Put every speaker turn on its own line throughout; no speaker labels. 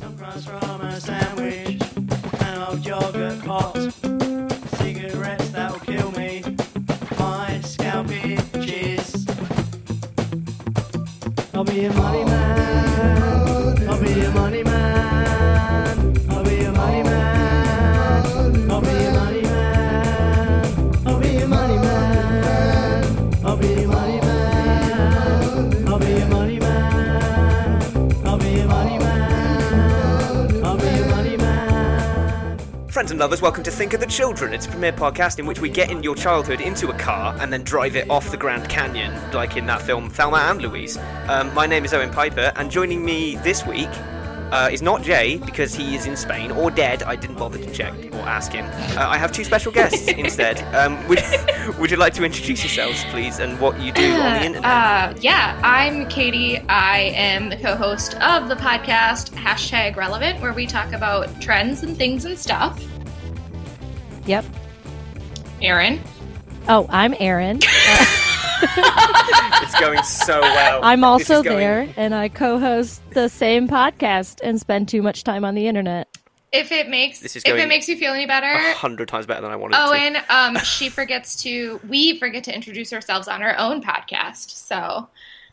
comes from a sandwich, an old yogurt pot, cigarettes that'll kill me, my scalp itches. I'll be a money man. I'll be a money man. I'll be a money man. I'll be a money man. I'll be a money man. I'll be a money man. I'll be a money man. I'll be a money man. I'll be a money man.
Friends and lovers, welcome to Think of the Children. It's a premiere podcast in which we get in your childhood into a car and then drive it off the Grand Canyon, like in that film Thelma and Louise. Um, my name is Owen Piper, and joining me this week uh, is not Jay because he is in Spain or dead. I didn't bother to check or ask him. Uh, I have two special guests instead. Um, would, would you like to introduce yourselves, please, and what you do on the internet?
Uh, yeah, I'm Katie. I am the co-host of the podcast hashtag Relevant, where we talk about trends and things and stuff.
Yep.
Erin,
Oh, I'm Erin.
it's going so well.
I'm
This is
also
going-
there, and I co-host the same podcast and spend too much time on the internet.
if it makes
This is
if
going Oh,
it makes you feel any better,
A hundred times better than I wanted to.
Owen, um, she forgets to we forget to introduce ourselves on our own podcast. So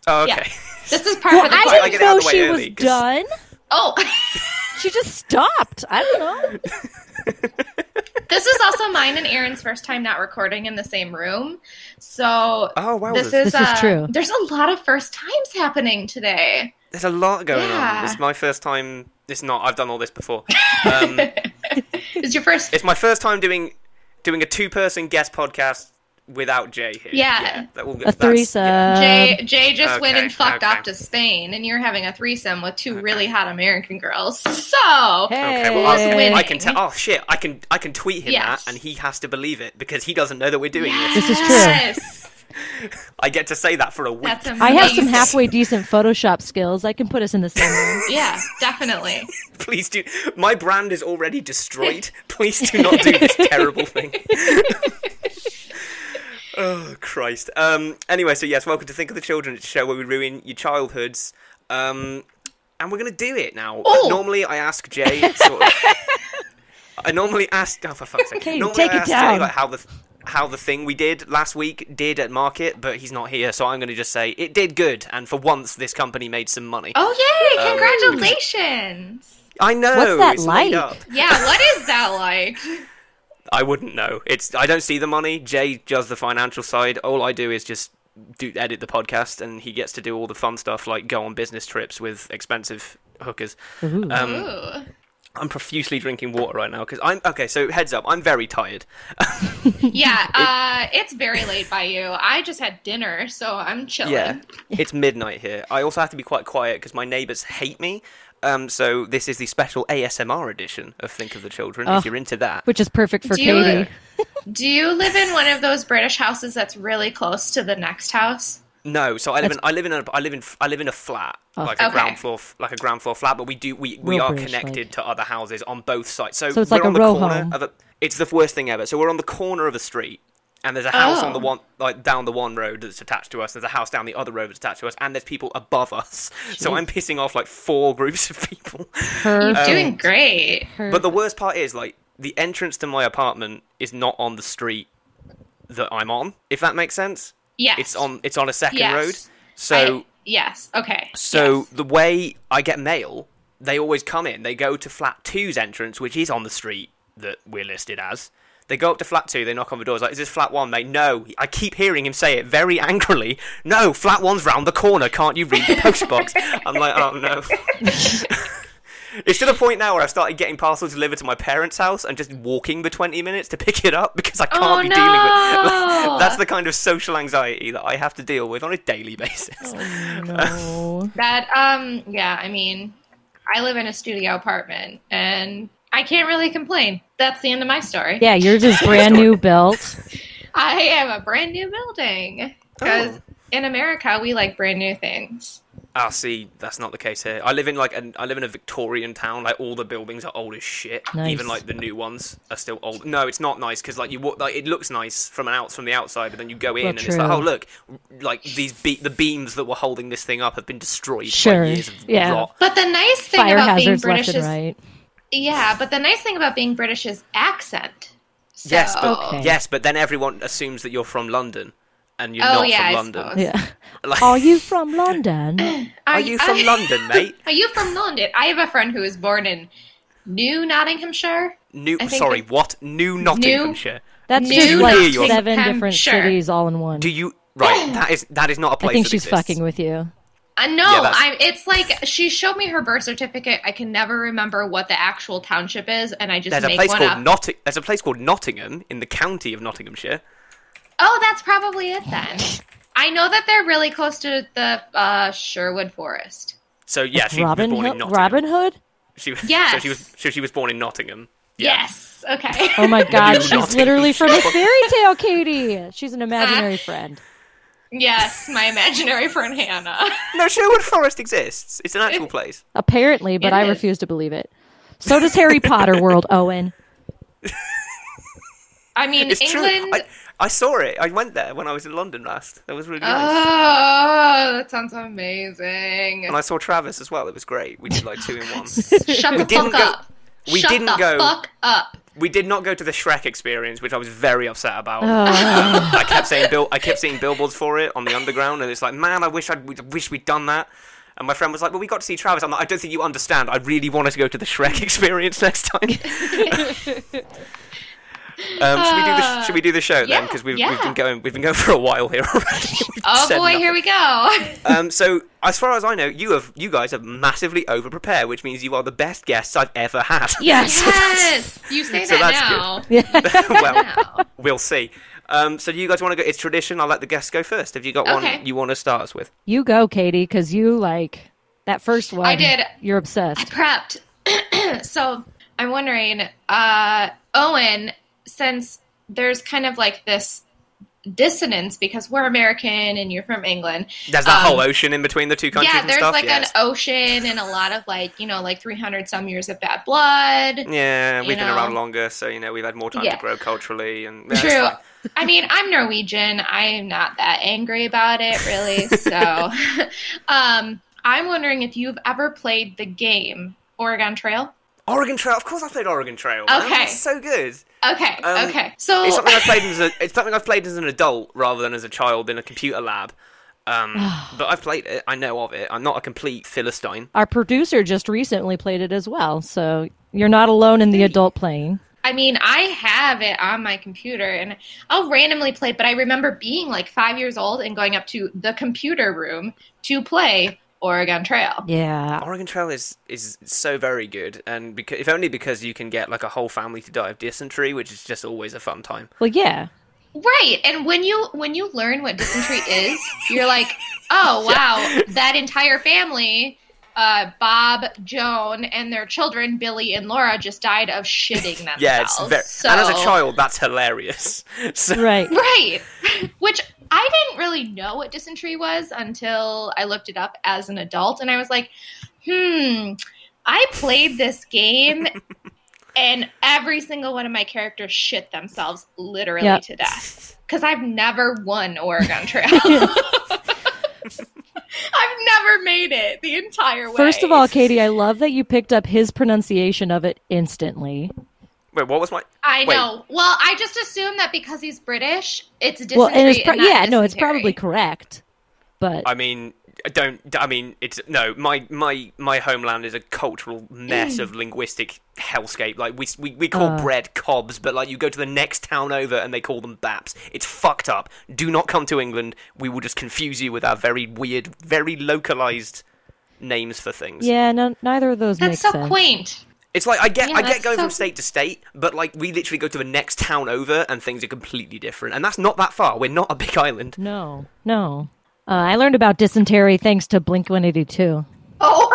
Oh,
yeah.
okay.
this is part of the
I
fun.
like
I
it
didn't
out
know
the way
she
early,
was
'cause-
done.
Oh,
She just stopped. I don't know.
this is also mine and Erin's first time not recording in the same room. So
Oh wow,
this
there's,
is
This is
uh,
true.
There's a lot of first times happening today.
there's a lot going on.
Yeah.
It's my first time. It's not. I've done all this before. Um,
It's your first.
it's my first time doing doing a two person guest podcast without Jay here.
Yeah.
that will,
A threesome.
Jay
Um,
Jay just went
okay,
and fucked
okay.
off to Spain, and you're having a threesome with two really hot American girls. So
Okay, well,
Who's
I,
winning?
I can tell. Oh shit, I can I can tweet him
Yes.
that, and he has to believe it because he doesn't know that we're doing this.
This is true.
yes,
I get to say that for a week.
that's amazing.
I have some halfway decent Photoshop skills. I can put us in the same room.
Yeah, definitely.
Please do. My brand is already destroyed. Please do not do this terrible thing. oh Christ. Um. Anyway, so yes, welcome to Think of the Children. It's a show where we ruin your childhoods. Um. And we're gonna do it now.
Oh!
Normally, I ask Jay. Sort of, I normally ask. Oh, for fuck's sake!
Okay,
normally
take
I
it
ask Jay
down.
like how the how the thing we did last week did at market, but he's not here, so I'm gonna just say it did good. And for once, this company made some money.
Oh yay! Congratulations.
I know.
What's that
it's made
like?
up.
yeah, what is that like?
I wouldn't know. It's I don't see the money. Jay does the financial side. All I do is just do edit the podcast, and he gets to do all the fun stuff like go on business trips with expensive hookers.
Mm-hmm.
Um,
Ooh.
I'm profusely drinking water right now because I'm okay. So heads up, I'm very tired.
Yeah, uh, it's very late by you. I just had dinner, so I'm chilling.
Yeah, it's midnight here. I also have to be quite quiet because my neighbours hate me. Um, so this is the special ASMR edition of Think of the Children.
Oh.
If you're into that,
Which is perfect for
Do you-
Katie.
Do you live in one of those British houses that's really close to the next house?
No, so I live in I live in a I live in I live in a flat, like a
Okay.
ground floor f- like a ground floor flat, but we do we, we
Oh. Real
are
British, like.
connected to other houses on both sides. So,
So it's
we're
like a
on the
row
corner
home.
of a, it's the worst thing ever. So we're on the corner of a street and there's a house on the
Oh.
one like down the one road that's attached to us, there's a house down the other road that's attached to us, and there's people above us. So I'm pissing off like four groups of people.
You're
Her,
Oh.
doing great.
her-
But the worst part is like the entrance to my apartment is not on the street that I'm on, if that makes sense.
Yes.
It's on it's on a second
Yes.
road. So
I- yes. Okay.
So
Yes.
the way I get mail, they always come in. They go to flat two's entrance, which is on the street that we're listed as. They go up to flat two. They knock on the doors. Like, is this flat one? They no. I keep hearing him say it very angrily. No, flat one's round the corner. Can't you read the postbox? I'm like, oh no. it's to the point now where I've started getting parcels delivered to my parents' house and just walking the 20 minutes to pick it up because I can't
Oh,
be dealing
no.
with. That's the kind of social anxiety that I have to deal with on a daily basis. Oh.
no.
that um yeah, I mean, I live in a studio apartment and I can't really complain. That's the end of my story.
Yeah, yours is brand new built.
I
Oh.
am a brand new building because in America we like brand new things.
Ah, see, that's not the case here. I live in like an, I live in a Victorian town. Like all the buildings are old as shit.
Nice.
Even like the new ones are still old. No, it's not nice because like you walk, like it looks nice from an out from the outside, but then you go in
Well,
and it's like,
true.
oh look, like these be- the beams that were holding this thing up have been destroyed.
Sure.
By years of
Yeah.
rot.
But the nice thing
Fire
about being
hazards
British
left
is
and right.
yeah, but the nice thing about being British is accent. So,
Yes, but
Okay.
yes, but then everyone assumes that you're from London, and you're
Oh,
not
yeah, I
from London.
suppose.
Yeah.
Like,
Are you from London?
are you from London, mate?
Are you from London? I have a friend who was born in New Nottinghamshire.
New,
I think
sorry,
it-
what? New Nottinghamshire.
That's
New
just like
Nottingham,
seven different
sure.
cities all in one.
Do you right? That is that is not a place.
I think
that
she's
exists.
fucking with you.
Uh, no,
Yeah, that's-
I, it's like she showed me her birth certificate. I can never remember what the actual township is, and I just
There's a
make
place
one
called
up.
Notting. There's a place called Nottingham in the county of Nottinghamshire.
oh, that's probably it then. I know that they're really close to the uh, Sherwood Forest.
So yeah, she
Robin,
was born
Hood
in Nottingham.
Robin Hood?
She,
Yes.
So she was. So she was born in Nottingham. Yeah.
Yes. Okay.
Oh my god, she's
Nottingham.
literally from a fairy tale, Katie. She's an imaginary friend.
yes, my imaginary friend Hannah.
No, Sherwood Forest exists. It's an actual place.
Apparently, but
It
I
is.
refuse to believe it. So does Harry Potter World, Owen.
I mean,
It's
England.
true. I, I saw it. I went there when I was in London last. That was really nice.
Oh, that sounds amazing.
And I saw Travis as well. It was great. We did like two in one.
Shut the
didn't
fuck
go-
up.
we
Shut
didn't
the
go-
fuck up.
We did not go to the Shrek experience, which I was very upset about.
Oh.
I kept saying bill- I kept seeing billboards for it on the underground, and it's like, man, I wish I'd we- wish we'd done that. And my friend was like, well, we got to see Travis. I'm like, I don't think you understand. I really wanted to go to the Shrek experience next time. um, should we do the sh- should we do the show then?
Uh, yeah,
Because we've, we've
yeah.
been going we've been going for a while here already. We've
Oh
said
boy,
nothing.
here we go.
Um, so as far as I know, you have you guys have massively over prepared, which means you are the best guests I've ever had.
Yes.
Yes, you say
So
that
that's
now.
well,
Wow.
we'll see. Um, so do you guys want to go? It's tradition. I'll let the guests go first. Have you got
Okay.
one you want to start us with?
You go, Katie, because you like that first one.
did.
You're obsessed.
Prepped. so I'm wondering, uh, Owen, since there's kind of like this dissonance because we're American and you're from England.
There's that
Um,
whole ocean in between the two countries
Yeah,
and
there's
stuff.
like
yes.
an ocean and a lot of like, you know, like 300 some years of bad blood.
yeah,
you
we've been around
know.
longer, so you know we've had more time
Yeah.
to grow culturally. And yeah, it's
True.
fine.
I mean, I'm Norwegian. I'm not that angry about it, really. So, um, I'm wondering if you've ever played the game Oregon Trail.
Oregon Trail. Of course, I played Oregon Trail. man.
Okay. Oh.
It's so good.
Okay,
Um,
okay. So,
It's something I played as a. It's something I've played as an adult rather than as a child in a computer lab. Um, but I've played it. I know of it. I'm not a complete philistine.
Our producer just recently played it as well, so you're not alone in the adult playing.
I mean, I have it on my computer and I'll randomly play, but I remember being like five years old and going up to the computer room to play Oregon Trail.
Yeah.
Oregon Trail is is so very good, and because if only because you can get like a whole family to die of dysentery, which is just always a fun time.
Well, yeah.
Right. And when you when you learn what dysentery is, you're like, oh wow, that entire family, uh, Bob, Joan, and their children, Billy and Laura, just died of shitting themselves.
Yeah, it's very.
so,
And as a child, that's hilarious. So,
Right.
Right. Which I didn't really know what dysentery was until I looked it up as an adult and I was like, hmm, I played this game and every single one of my characters shit themselves literally
Yep.
to death. Because I've never won Oregon Trail. I've never made it the entire way.
First of all, Katie, I love that you picked up his pronunciation of it instantly.
wait, what was my?
I
wait.
know. Well, I just assume that because he's British, it's dysentery.
well, and it's pro-
not
yeah, no, it's
dysentery.
probably correct, but
I mean, I don't. I mean, it's no. My my my homeland is a cultural mess of linguistic hellscape. Like we we, we call
Uh.
bread cobs, but like you go to the next town over and they call them baps. It's fucked up. Do not come to England. We will just confuse you with our very weird, very localized names for things.
yeah, no, neither of those
That's
makes
so
sense.
quaint.
It's like I get
Yeah,
I get
that's
going
so-
from state to state, but like we literally go to the next town over and things are completely different. And that's not that far. We're not a big island.
No, no. Uh, I learned about dysentery thanks to Blink One Eighty Two.
Oh,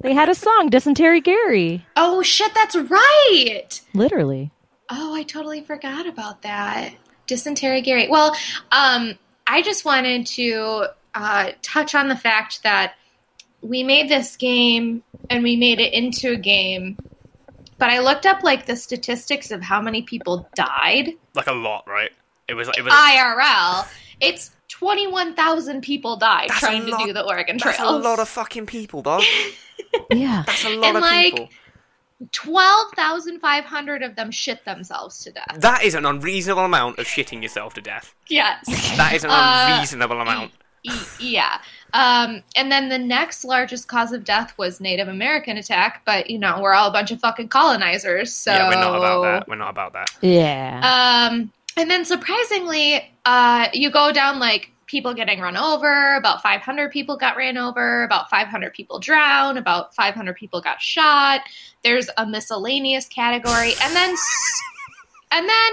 They had a song, Dysentery Gary,
oh shit, that's right.
literally.
Oh, I totally forgot about that. Dysentery Gary. Well, um, I just wanted to uh, touch on the fact that we made this game and we made it into a game, but I looked up like the statistics of how many people died
Like a lot, right? It was. It was.
Ah, IRL. It's twenty-one thousand people died
That's a
trying to
lot-
do the Oregon Trail.
that's a lot of fucking people, dog.
Yeah.
That's a lot
And,
of
like,
people.
Twelve thousand five hundred of them shit themselves to death.
That is an unreasonable amount of shitting yourself to death.
Yes.
That is an
Uh,
unreasonable amount.
Y- E, yeah. Um, and then the next largest cause of death was Native American attack, but you know we're all a bunch of fucking colonizers, so
Yeah, we're not about that. We're not about that.
Yeah.
Um, and then surprisingly, uh, you go down like people getting run over. About 500 people got ran over. About 500 people drowned. About 500 people got shot. There's a miscellaneous category, and then s- and then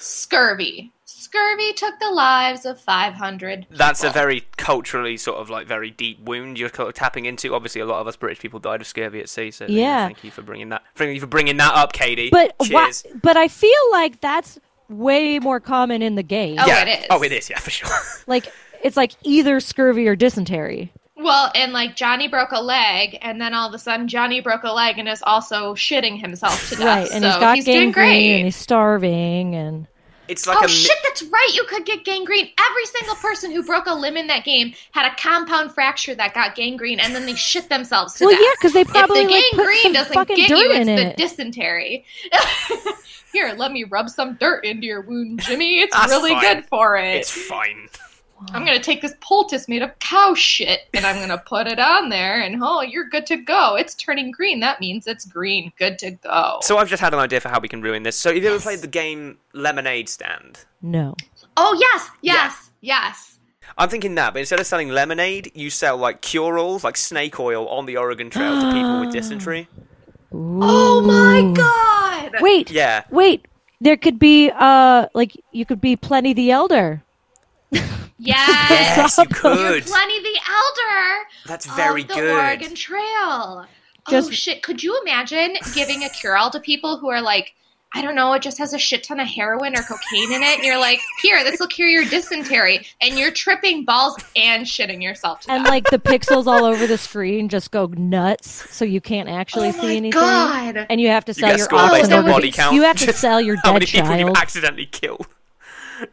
scurvy. Scurvy took the lives of 500.
That's a
people.
very culturally sort of like very deep wound you're kind of tapping into. Obviously, a lot of us British people died of scurvy at sea. So you know,
Yeah.
thank you for bringing that. Thank you for bringing that up, Katie.
But why,
cheers.
but I feel like that's way more common in the game.
Oh.
yeah.
it is.
Oh, it is. Yeah, for sure.
Like it's like either scurvy or dysentery.
well, and like Johnny broke a leg, and then all of a sudden Johnny broke a leg and is also shitting himself to death.
right. And
so
he's got
doing
gangrene
great.
and he's starving and
It's like
oh
a mi-
shit, that's right. You could get gangrene. Every single person who broke a limb in that game had a compound fracture that got gangrene, and then they shit themselves to
Well
death.
yeah, because they
if
probably
the
like, put
gangrene
some
doesn't
fucking
get
dirt
you, it's
in
the
it.
dysentery. Here, let me rub some dirt into your wound, Jimmy. It's
That's
really
fine.
good for it.
It's fine.
I'm gonna take this poultice made of cow shit and I'm gonna put it on there, and oh, you're good to go. It's turning green. That means it's green. Good to go.
So I've just had an idea for how we can ruin this. So have you ever
Yes.
played the game Lemonade Stand?
no.
oh yes, yes, yes.
I'm thinking that, but instead of selling lemonade, you sell like cure alls, like snake oil, on the Oregon Trail to people with dysentery.
Oh my
Ooh.
god!
Wait.
Yeah,
Wait. There could be uh like you could be Plenty the Elder.
Yes,
yes, you
you're
could.
Plenny the Elder
That's very
of the
good.
Oregon Trail. oh
Just-
shit! Could you imagine giving a cure-all to people who are like, I don't know, it just has a shit ton of heroin or cocaine in it, and you're like, here, this will cure your dysentery, and you're tripping balls and shitting yourself to
And
death.
like the pixels all over the screen just go nuts so you can't actually
oh
see
my
anything.
god!
And you have to
You
sell
get a
your
score
Oh,
based
that
on
would
body
be-
count.
You have to sell your
how
dead
many people you
child.
accidentally killed.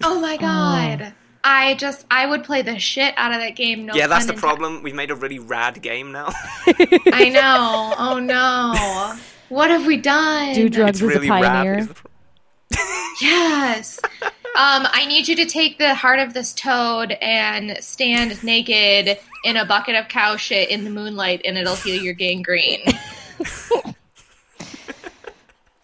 Oh my god! I just, I would play the shit out of that game. No
yeah, that's
pun
the
intended.
problem. We've made a really rad game now.
I know. Oh no. What have we done?
Do
it's
drugs as
really
a pioneer.
rad. is the pro-
Yes. Um, I need you to take the heart of this toad and stand naked in a bucket of cow shit in the moonlight, and it'll heal your gangrene.
Oh.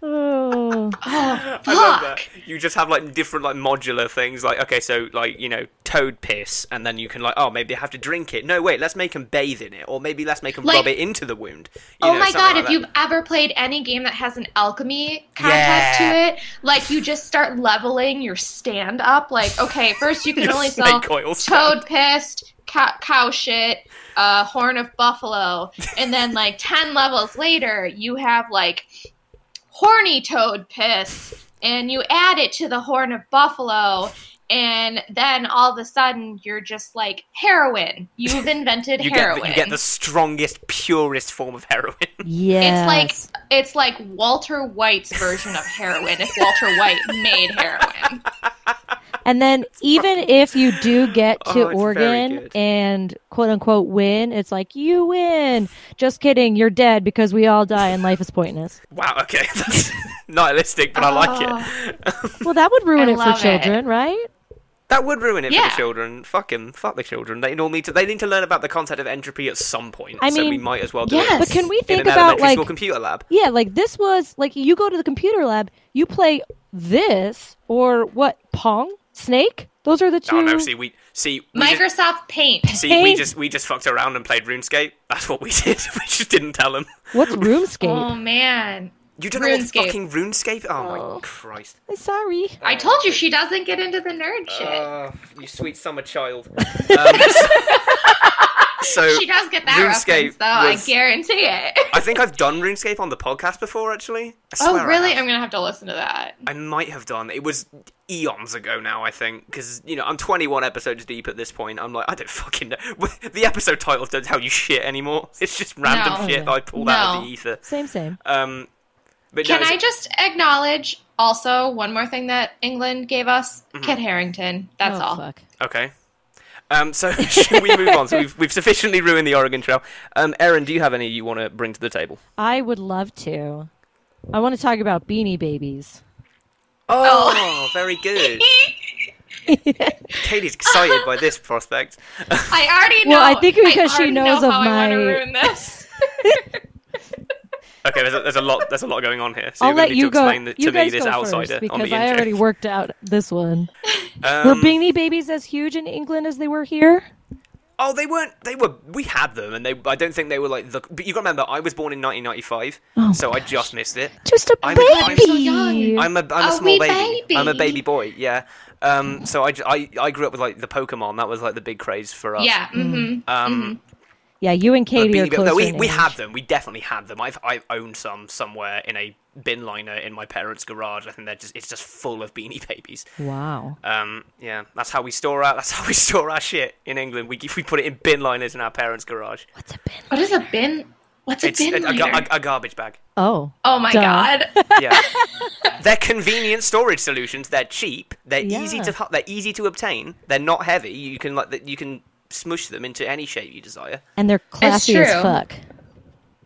Oh,
I love
fuck.
that. You just have like different like modular things. Like okay, so like you know toad piss, and then you can like oh maybe they have to drink it. No wait, let's make them bathe in it, or maybe let's make them
Like-
rub it into the wound. You
Oh
know,
my
something
god,
like
if
that.
you've ever played any game that has an alchemy
Yeah.
concept to it, like you just start leveling your stand up. Like, okay, first you can
Your
only sell
snake oil stand.
toad pissed, cow, cow shit, uh, horn of buffalo, and then like 10 levels later, you have like horny toad piss, and you add it to the horn of buffalo. And then all of a sudden, you're just like heroin. You've invented
you
heroin.
Get the, you get the strongest, purest form of heroin.
Yes.
It's like it's like Walter White's version of heroin if Walter White made heroin.
and then even if you do get
Oh,
to
it's very
Oregon
good.
and quote unquote win, it's like you win. Just kidding, you're dead because we all die and life is pointless.
wow, okay, that's nihilistic, but I
Oh.
like it.
Well, that would ruin
I
it for
love it.
children, right?
That would ruin it for
Yeah.
the children. Fuck 'em. Fuck the children. They all need to. They need to learn about the concept of entropy at some point.
I
so we
mean,
might as well do
yes.
it.
But can we think
in an
about
elementary
like
school computer lab?
Yeah, like this was like you go to the computer lab, you play this or what? Pong? Snake? Those are the two.
Oh no! See, we see. We just,
Microsoft Paint.
see, we
Hey.
just we just fucked around and played RuneScape. That's what we did. we just didn't tell them.
What's RuneScape?
Oh man.
You don't know what
RuneScape.
fucking RuneScape. Oh, my
Oh.
Christ!
Sorry.
I told you she doesn't
Uh, Ah,
get into the nerd shit.
you sweet summer child. Um, So
she does get that
RuneScape
reference, though.
was-
I guarantee it.
I think I've done RuneScape on the podcast before, actually. I swear
oh,
I
really?
have.
I'm gonna have to listen to that.
I might have done. It was eons ago now, I think, because you know I'm 21 episodes deep at this point. I'm like, I don't fucking know. The episode title don't tell you shit anymore. It's just random
No.
shit that I pulled out of
No.
the ether.
Same, same.
Um, but
Can
no,
I
it's-
just acknowledge also one more thing that England gave us?
Mm-hmm.
Kit Harrington. That's
Oh,
all.
Fuck.
okay. Um, so should we move on? So we've we've sufficiently ruined the Oregon Trail. Um, Erin, do you have any you want to bring to the table?
I would love to. I want to talk about beanie babies.
Oh, very good. Katie's excited by this prospect.
I already know.
Well, I think because she
already
knows
know
of
how I want to
my-
ruin this.
Okay, there's a, there's a lot there's a lot going on here. So
I'll
you're gonna
let
need
you
to
go.
explain the, to
you
me
guys
this
go
outsider
first because
on the
I
intro.
already worked out this one. Were
Um,
beanie babies as huge in England as they were here?
Oh, they weren't. They were. We had them, and they. I don't think they were like the. But you got to remember, I was born in 1995,
Oh,
so I just missed it.
Just a
I'm-
baby.
I'm so
young.
I'm a. I'm a
A
small
wee
baby. I'm a
Oh, baby.
baby boy. Yeah. Um. So I, j- I- I grew up with like the Pokemon. That was like the big craze for us.
yeah. Mm-hmm.
Um.
yeah, you and
but
Katie are
Beanie Babies-
closer.
no, we
in
we
age.
had them. We definitely had them. I've I owned some somewhere in a bin liner in my parents' garage. I think they're just. It's just full of Beanie Babies.
Wow.
Um, yeah, that's how we store our that's how we store our shit in England. We we put it in bin liners in our parents' garage.
What's a bin?
What is a bin? What's a
It's a,
bin?
a,
liner?
gar- a, a garbage bag.
Oh.
oh my
Duh.
god.
Yeah, they're convenient storage solutions. They're cheap. They're easy
Yeah.
to hu- they're easy to obtain. They're not heavy. You can like th- you can smush them into any shape you desire.
And they're classy as
true.
fuck.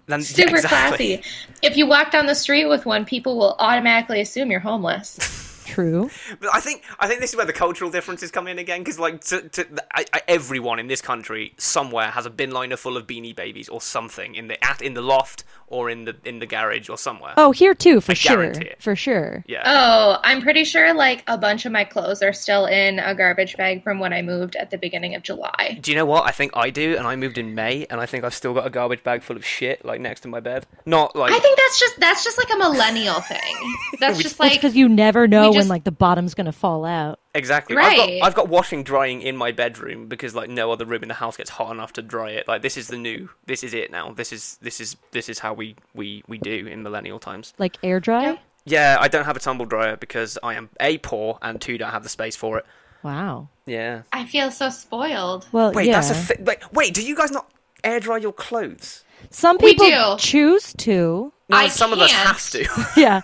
Then- yeah,
Super
exactly.
classy. If you walk down the street with one, people will automatically assume you're homeless.
True.
But I think I think this is where the cultural differences come in again because like to, to, I, I, everyone in this country somewhere has a bin liner full of Beanie Babies or something in the at in the loft or in the in the garage or somewhere.
Oh, here too, for
I
sure.
guarantee it.
For sure.
Yeah.
Oh, I'm pretty sure like a bunch of my clothes are still in a garbage bag from when I moved at the beginning of July.
Do you know what? I think I do, and I moved in May, and I think I've still got a garbage bag full of shit like next to my bed. Not like
I think that's just that's just like a millennial thing. That's just
Like,
like
because you never know when
just-
like the bottom's gonna fall out.
exactly. I've
Right.
got I've got washing drying in my bedroom because like no other room in the house gets hot enough to dry it. Like this is the new. This is it now. This is this is this is how we we we do in millennial times.
Like air dry.
Yep.
Yeah, I don't have a tumble dryer because I am a poor and two don't have the space for it.
Wow.
Yeah.
I feel so spoiled.
Well,
Wait,
yeah.
that's a fi- wait. Wait, do you guys not air dry your clothes?
Some
We
people
do.
choose to.
No,
I
some of us
can't.
have to.
Yeah.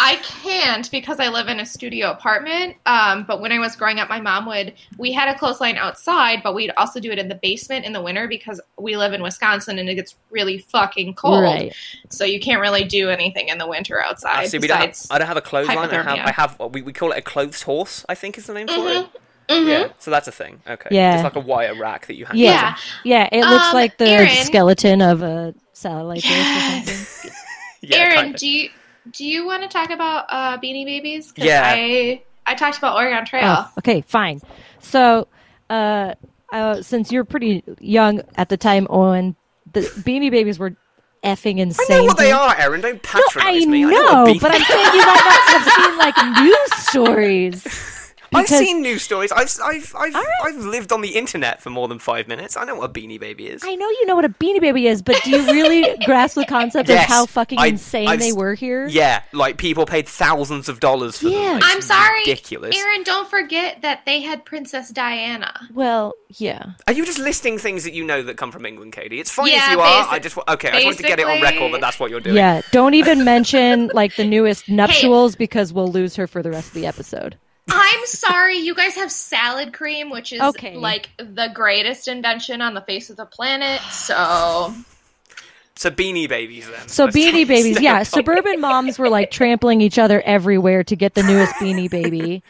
I can't because I live in a studio apartment. Um, but when I was growing up, my mom would we had a clothesline outside, but we'd also do it in the basement in the winter because we live in Wisconsin and it gets really fucking cold.
Right.
So you can't really do anything in the winter outside.
I see. We don't have,
besides,
I don't have a clothesline. I have,
hypothermia.
I have. uh, We, we call it a clothes horse. I think is the name for it.
Mhm.
Yeah. So that's a thing. Okay.
Yeah.
It's like a wire rack that you hang.
Yeah.
Yeah.
Yeah. It looks
Um,
like the
Erin-
skeleton of a satellite dish or something.
Yes.
Yeah.
Aaron,
kinda.
do you do you want to talk about uh, Beanie Babies? 'Cause
Yeah.
I I talked about Oregon Trail.
Oh, okay, fine. So, uh, uh, since you're pretty young at the time, Owen, the Beanie Babies were effing insane.
I know what they
dude.
are, Aaron. Don't
I
patronize me. I know,
know,
what beef-
but I'm saying you might not have seen like news stories.
I've
because-
seen news stories. I've I've I've,
All right.
I've lived on the internet for more than five minutes. I know what a beanie baby is.
I know you know what a Beanie Baby is, but do you really grasp the concept
Yes,
of how fucking
I-
insane
I've
they
s-
were here?
yeah, like people paid thousands of dollars for
Yeah.
them. Like,
I'm
it's
sorry,
ridiculous.
Aaron. Don't forget that they had Princess Diana.
Well, yeah.
Are you just listing things that you know that come from England, Katie? It's fine if
Yeah,
you are.
basi-
I just wa- okay. I just wanted to get it on record
basically-
that that's what you're doing.
Yeah, don't even mention like the newest nuptials because we'll lose her for the rest of the episode.
I'm sorry, you guys have salad cream, which is
Okay.
like the greatest invention on the face of the planet. So
So beanie babies then.
So
Let's
beanie
try and
babies,
stay
yeah.
on topic.
Suburban moms were like trampling each other everywhere to get the newest beanie baby.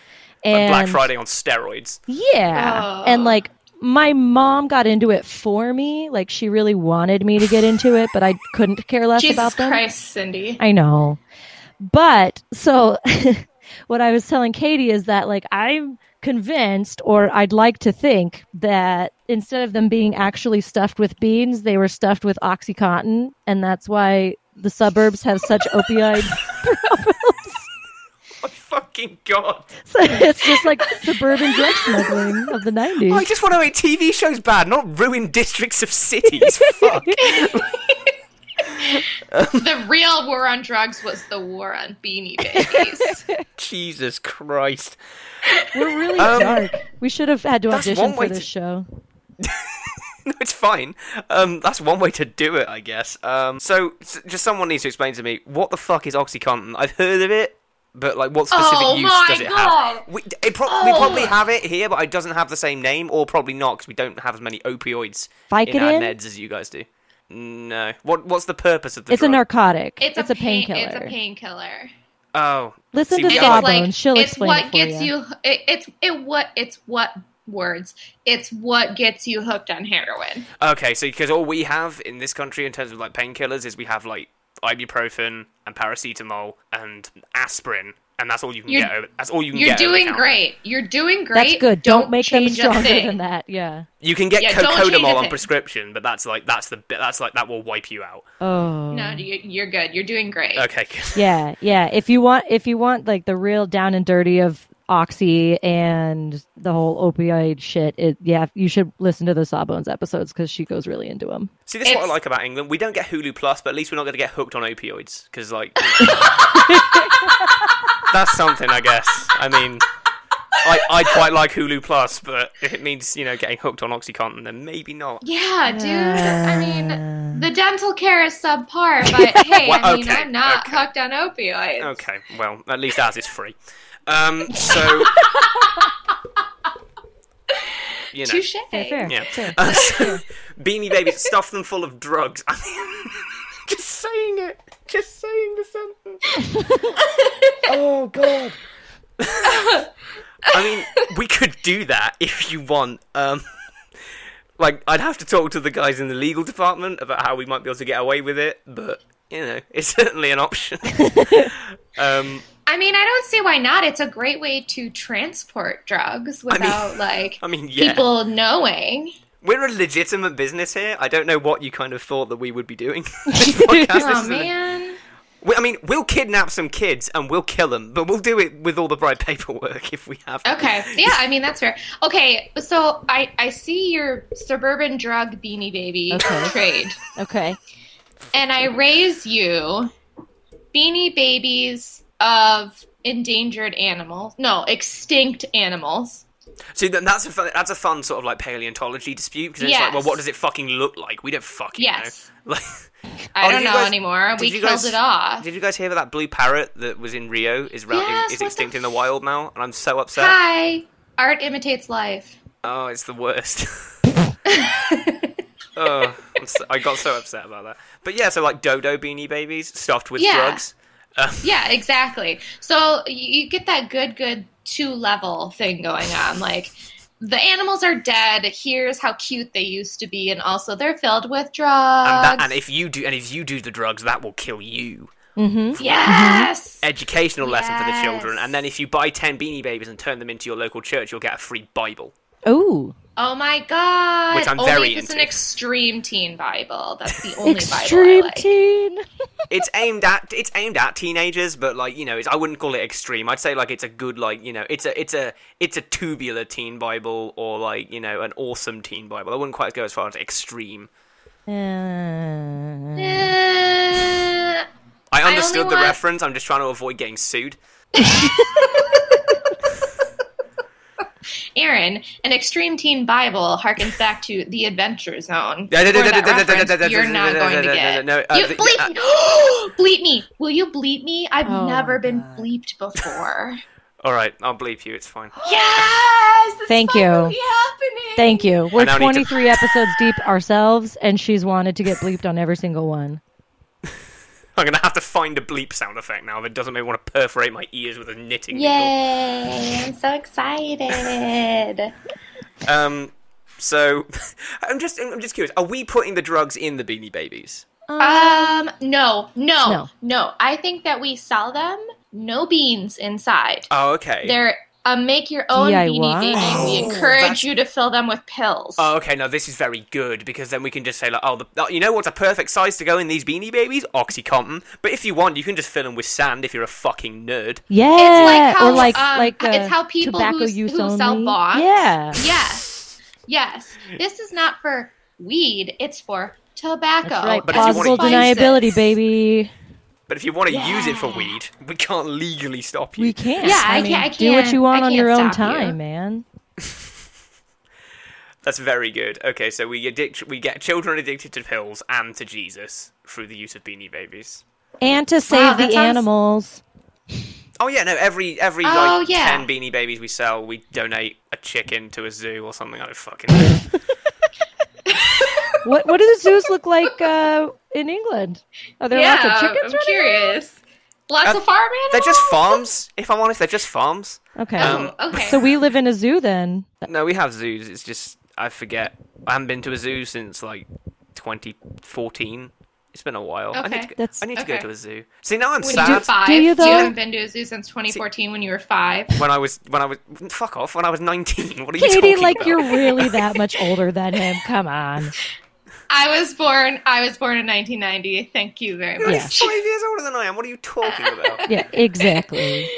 And
Black Friday on steroids.
Yeah.
Oh.
And like my mom got into it for me. Like she really wanted me to get into it, but I couldn't care less
Jesus
about them.
Christ, Cindy.
I know. But so what I was telling Katie is that like I'm convinced or I'd like to think that instead of them being actually stuffed with beans, they were stuffed with oxycontin and that's why the suburbs have such opioid
What the fuck? fucking god!
So it's just like suburban drug smuggling of the 90s.
Oh, I just want to make TV shows bad, not ruin districts of cities. Fuck.
The real war on drugs was the war on beanie babies.
Jesus Christ.
We're really
Um,
dark. We should have had to
that's
audition
one
for
way
this
to-
show.
no, it's fine. Um, that's one way to do it, I guess. Um, so, s- just someone needs to explain to me what the fuck is OxyContin. I've heard of it, but like, what specific
Oh
use
my
does it
God. Oh.
have? We, it pro- we probably have it here, but it doesn't have the same name, or probably not because we don't have as many opioids in our
Vicodin?
meds as you guys do. No. What What's the purpose of the
It's a
drug?
narcotic.
It's,
It's,
a,
a,
pain-
painkiller.
It's a painkiller.
Oh,
Listen
see,
to
we
It's
are-
Sawbones.
like
She'll
it's
explain
what
it for
gets
you.
you. It, it's it what it's what words. It's what gets you hooked on heroin.
Okay, so because all we have in this country in terms of like painkillers is we have like ibuprofen and paracetamol and aspirin, and that's all you can
You're-
get. Over, that's all you can
You're
get. over the
doing
counter.
great. You're doing great.
That's good. Don't, make them
change a
stronger
thing.
than that. Yeah.
You can get
Yeah, don't change a
cocodamol on
thing.
prescription, but that's like that's the bit that's like that will wipe you out.
Oh.
No, you, you're good. You're doing great.
Okay, good.
Yeah, yeah. If you want, if you want, like the real down and dirty of oxy and the whole opioid shit, it yeah, you should listen to the Sawbones episodes because she goes really into them.
See, this is what I
It's-
like about England. We don't get Hulu Plus, but at least we're not going to get hooked on opioids because like you know. that's something, I guess. I mean. I, I quite like Hulu Plus, but if it means you know getting hooked on OxyContin, then maybe not.
Yeah, dude. I mean, the dental care is subpar, but hey,
Well,
I mean,
okay,
I'm not
okay.
hooked on opioids.
Okay, well, at least ours is free. Um, so you know,
Touche.
Fair, fair.
yeah.
fair.
Uh, so, Beanie Babies, stuff them full of drugs. I mean, just saying it, just saying the sentence. oh god. I mean, we could do that if you want. Um, like, I'd have to talk to the guys in the legal department about how we might be able to get away with it, but you know, it's certainly an option. um,
I mean, I don't see why not. It's a great way to transport drugs without like
I mean, yeah.
people knowing.
We're a legitimate business here. I don't know what you kind of thought that we would be doing. This podcast, this
Oh
is a-
man.
we, I mean, we'll kidnap some kids and we'll kill them, but we'll do it with all the right paperwork if we have. to.
Okay. Yeah, I mean that's fair. Okay, so I I see your suburban drug beanie baby
Okay.
trade,
Okay.
and I raise you beanie babies of endangered animals. No, extinct animals.
So then that's a fun, that's a fun sort of like paleontology dispute because it's like, well,
Yes.
what does it fucking look like? We don't fucking
Yes.
know. Like,
I
Oh,
don't
did you
know
guys-
anymore.
did
We
you
killed
guys-
it off.
did you guys hear about that blue parrot that was in Rio? Is ra-
Yes,
is
what
extinct
the
in the wild now, and I'm so upset.
Hi. Art imitates life.
Oh, it's the worst. oh, I'm so, I got so upset about that. But yeah, so like dodo beanie babies stuffed with
Yeah.
drugs.
Yeah, exactly. So you you get that good, good two level thing going on. Like, the animals are dead. Here's how cute they used to be, and also they're filled with drugs.
and, that, and if you do and if you do the drugs that will kill you
Mm-hmm.
yes,
educational lesson for the children
Yes.
and then if you buy 10 beanie babies and turn them into your local church you'll get a free bible
Oh,
oh my god!
Which I'm
only
very
if it's an
into.
extreme teen Bible. That's the only
extreme
Bible I like.
teen.
it's aimed at it's aimed at teenagers but like you know it's, i wouldn't call it extreme i'd say like it's a good like you know it's a it's a it's a tubular teen bible or like you know an awesome teen bible i wouldn't quite go as far as extreme
Uh,
Eh,
i
only
understood the
want-
reference i'm just trying to avoid getting sued
Aaron, an extreme teen Bible harkens back to the Adventure Zone.
Yeah,
For
yeah, yeah, yeah,
that
yeah,
reference,
yeah, yeah,
You're
yeah,
not
yeah,
going
yeah,
to get.
yeah, yeah, yeah,
You-
uh, the-
bleep me. bleep me. Will you bleep me? I've
Oh,
never
my
been
God.
bleeped before.
all right i'll bleep you it's fine
yes. it's
Thank you.
finally Happening.
Thank you. We're
now need to-
23 episodes deep ourselves, and she's wanted to get bleeped on every single one.
i'm gonna have to find a bleep sound effect now that doesn't make me want to perforate my ears with a knitting needle
Yay! I'm so excited.
Um, so I'm just I'm just curious. Are we putting the drugs in the Beanie Babies?
um, no, no,
No.
no. I think that we sell them no beans inside.
Oh, okay.
They're um, make your own
DIY.
beanie babies. we
Oh,
encourage
that's-
you to fill them with pills.
Oh, okay. No, this is very good because then we can just say like, oh, the, oh, you know what's a perfect size to go in these Beanie Babies? OxyContin. But if you want, you can just fill them with sand if you're a fucking nerd.
Yeah,
It's like how
or like
um,
like uh,
it's how people
tobacco
who,
use
who
only.
sell bongs.
Yeah,
Yes. Yes. This is not for weed. It's for tobacco.
that's right.
But if you
Plausible
wanna
and spices.
deniability, baby.
But if you want to use it for
Yeah.
weed, we can't legally stop you.
We can't.
Yeah, I can't- I
do what
can't-
you want
I
on your
can't
own
stop you.
time, man.
That's very good. Okay, so we addict we get children addicted to pills and to Jesus through the use of Beanie Babies.
And to save the
that sounds-
animals.
Oh yeah, no. Every every
Oh,
like
yeah.
ten Beanie Babies we sell, we donate a chicken to a zoo or something. I don't fucking. know.
What what do the zoos look like uh, in England? Are there lots of chickens?
I'm
running around?
curious. Lots
Uh,
of farm animals.
they're just farms. If I'm honest, they're just farms.
Okay,
Um,
oh, okay.
so we live in a zoo then.
No, we have zoos. It's just I forget. I haven't been to a zoo since like 2014. It's been a while. I need
Okay.
to, go,
That's-
I need to go
okay.
to a zoo. See, now I'm
when you were
sad.
five,
Do you though?
haven't been to a zoo since 2014 when you were five.
When I was when I was fuck off. When I was 19. What are you
Katie,
talking
like
about?
you're really that much older than him. Come on.
I was born. I was born in 1990. Thank you very
You're
much.
Yeah.
only five years older than I am. What are you talking about?
Yeah, exactly.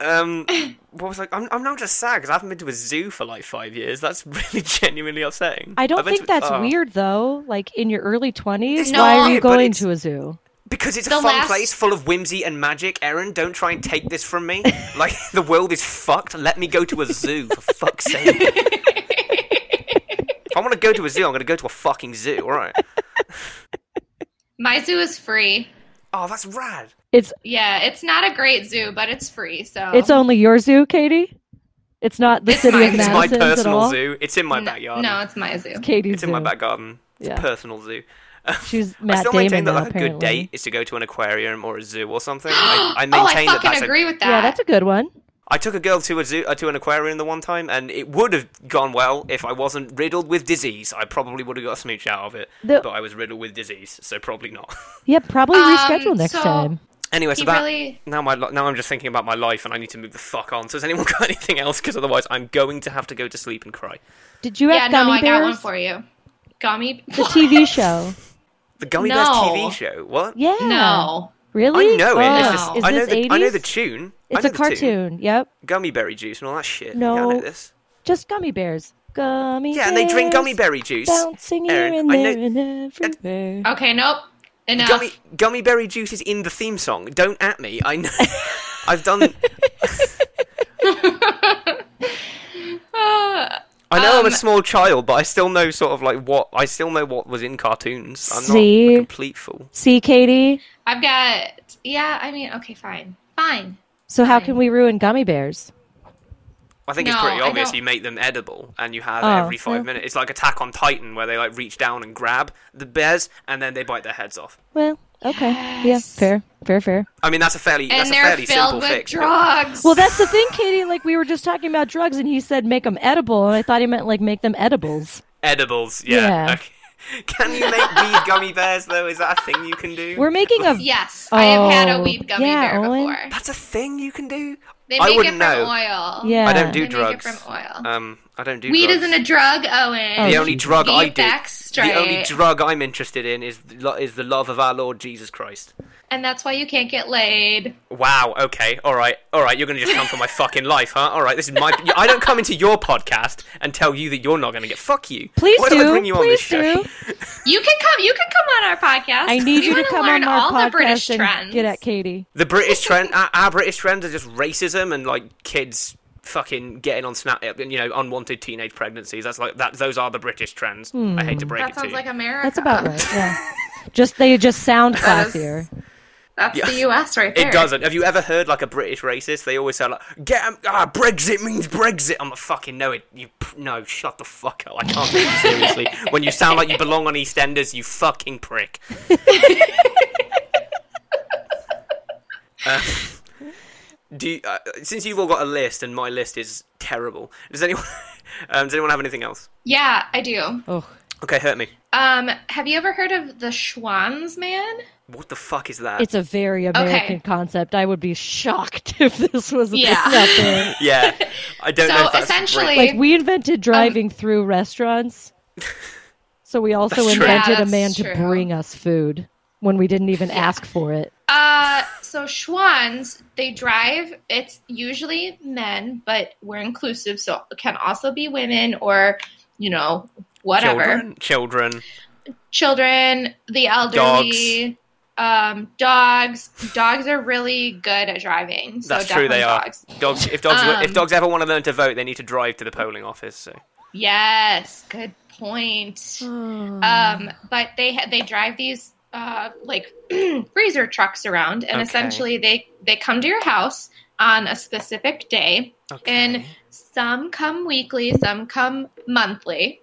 um, what was like? I'm I'm now just sad because I haven't been to a zoo for like five years. That's really genuinely upsetting.
I don't
I've been
think
to-
that's
oh.
weird though. Like in your early twenties,
It's
why
not
are you
weird, but
going
it's-
to a zoo?
Because it's a
The
fun
last-
place full of whimsy and magic, Erin. Don't try and take this from me. like the world is fucked. Let me go to a zoo for fuck's sake. if I want to go to a zoo, I'm going to go to a fucking zoo. All right.
My zoo is free.
Oh, that's rad.
It's
Yeah, it's not a great zoo, but it's free. So
it's only your zoo, Katie. It's not the
It's
city
mine.
Oh.
of
It's
Madison
my
at
personal
all.
zoo. It's in my
no,
backyard.
No, it's my zoo.
It's Katie's
it's
zoo.
in my back garden. It's
Yeah.
a personal zoo.
She's
I
Matt
still
Damon
maintain that
now,
like a
apparently.
good date is to go to an aquarium or a zoo or something. I, I
oh,
maintain
I
that that's
fucking
a
agree with that.
Yeah, that's a good one.
I took a girl to a zoo, uh, to an aquarium the one time, and it would have gone well if I wasn't riddled with disease. I probably would have got a smooch out of it,
The-
but I was riddled with disease, so probably not.
Yeah, probably
Um,
reschedule next
so-
time.
anyway, so
He
that
really-
now my li- now I'm just thinking about my life, and I need to move the fuck on. So has anyone got anything else? Because otherwise, I'm going to have to go to sleep and cry.
Did you have
yeah,
gummy
no, I
bears?
got one for you. Gummy.
The TV show.
The Gummy
No.
Bears TV show. What?
Yeah.
No.
Really? Oh,
I know it. It's just,
is
I know
this
the
80s?
I know the tune. I
It's
know
a
the tune.
cartoon. Yep.
Gummy berry juice and all that shit. Yeah, I
No.
know this.
Just gummy bears. Gummy
Yeah, and they drink
bears
gummy berry juice.
Bouncing here
Erin,
and
I
there
know-
and everywhere.
Okay, nope. Enough.
Gummy gummy berry juice is in the theme song. Don't at me. I know. I've done.
Ah.
I know I'm a
Um,
small child, but I still know sort of like what I still know what was in cartoons. I'm not
See?
a complete fool.
See, Katie?
I've got. Yeah, I mean, okay, fine, fine.
So how
Fine.
can we ruin gummy bears?
I think it's
No,
pretty
I
obvious.
don't-
You make them edible, and you have
Oh,
every five
well.
minutes. It's like Attack on Titan, where they like reach down and grab the bears, and then they bite their heads off.
Well, okay. Yeah,
Yes.
fair. Fair, fair.
I mean, that's a fairly that's
And
a
they're
fairly
filled
simple
with
fix. but-
drugs.
Well, that's the thing, Katie. Like, we were just talking about drugs, and he said make them edible, and I thought he meant, like, make them edibles.
Edibles, yeah.
Yeah.
Okay. Can you make weed gummy bears though? Is that a thing you can do?
We're making a...
yes, I have had a
Oh,
weed gummy
yeah,
bear
Owen.
before.
That's a thing you can do.
They
I
make it
wouldn't
from
know.
oil.
Yeah.
I don't do
They make it
drugs.
from oil.
Um, I don't do
Weed
drugs.
isn't a drug, Owen.
Oh,
the only
Jesus.
drug I
Get
do.
back
The only
straight.
drug I'm interested in is the lo- is the love of our Lord Jesus Christ.
and that's why you can't get laid.
Wow. Okay. All right. All right. You're gonna just come for my fucking life, huh? All right. This is my. I don't come into your podcast and tell you that you're not gonna get. Fuck you.
Please
Why
do.
I bring you on this
Please
show?
do.
You can come. You can come on our podcast.
I need
We
you to
wanna
come
learn
on our
all the British
podcast and
trends.
get at Katie.
The British trend, our, our British trends are just racism and like kids fucking getting on snap, you know, unwanted teenage pregnancies. That's like that. Those are the British trends. I hate to break
that
it to
sounds
you.
like America.
That's about right. Yeah. Just they just sound
That is-
classier.
That's
Yeah.
the U.S. right there.
it doesn't. Have you ever heard like a British racist? They always say like, "Get 'em- ah, Brexit means Brexit." I'm like, fucking no, it. You p- no, shut the fuck up. I can't take you seriously when you sound like you belong on EastEnders. You fucking prick. Uh, do you, uh, since you've all got a list and my list is terrible. Does anyone um, does anyone have anything else?
Yeah, I do.
Oh,
Okay, hurt me.
Um, have you ever heard of the Schwanz man?
What the fuck is that?
It's a very American concept. I would be shocked if this was
Yeah.
nothing.
yeah, I don't
So
know. If that's
essentially-
Brit-
like we
Um,
invented driving through restaurants, so we also
That's true.
invented
Yeah,
a man
that's
to
true.
bring us food when we didn't even ask for it.
Uh, so Schwans, they drive. It's usually men, but we're inclusive, so it can also be women or, you know, whatever.
children, children.
children, the elderly, um, dogs. Dogs are really good at driving. So
That's true. They
definitely
are
dogs.
dogs. If dogs, were- if
Um,
dogs ever want to learn to vote, they need to drive to the polling office. So
Yes, good point. Um, but they ha- they drive these uh, like freezer trucks around, and
Okay.
essentially they they come to your house on a specific day. And some come weekly, some come monthly.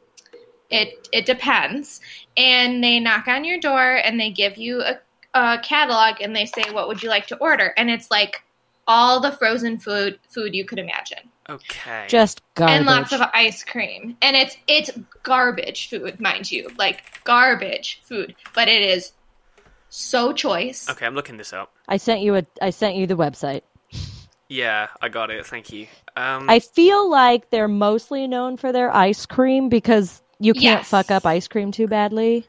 It it depends. And they knock on your door and they give you a, a catalog and they say, "What would you like to order?" And it's like all the frozen food food you could imagine,
okay,
Just garbage.
and lots of ice cream. And it's it's garbage food, mind you, like garbage food, but it is so choice.
okay, I'm looking this up.
I sent you a. I sent you the website.
Yeah, I got it. Thank you. Um,
Mm.
I feel like they're mostly known for their ice cream because you can't
Yes.
fuck up ice cream too badly.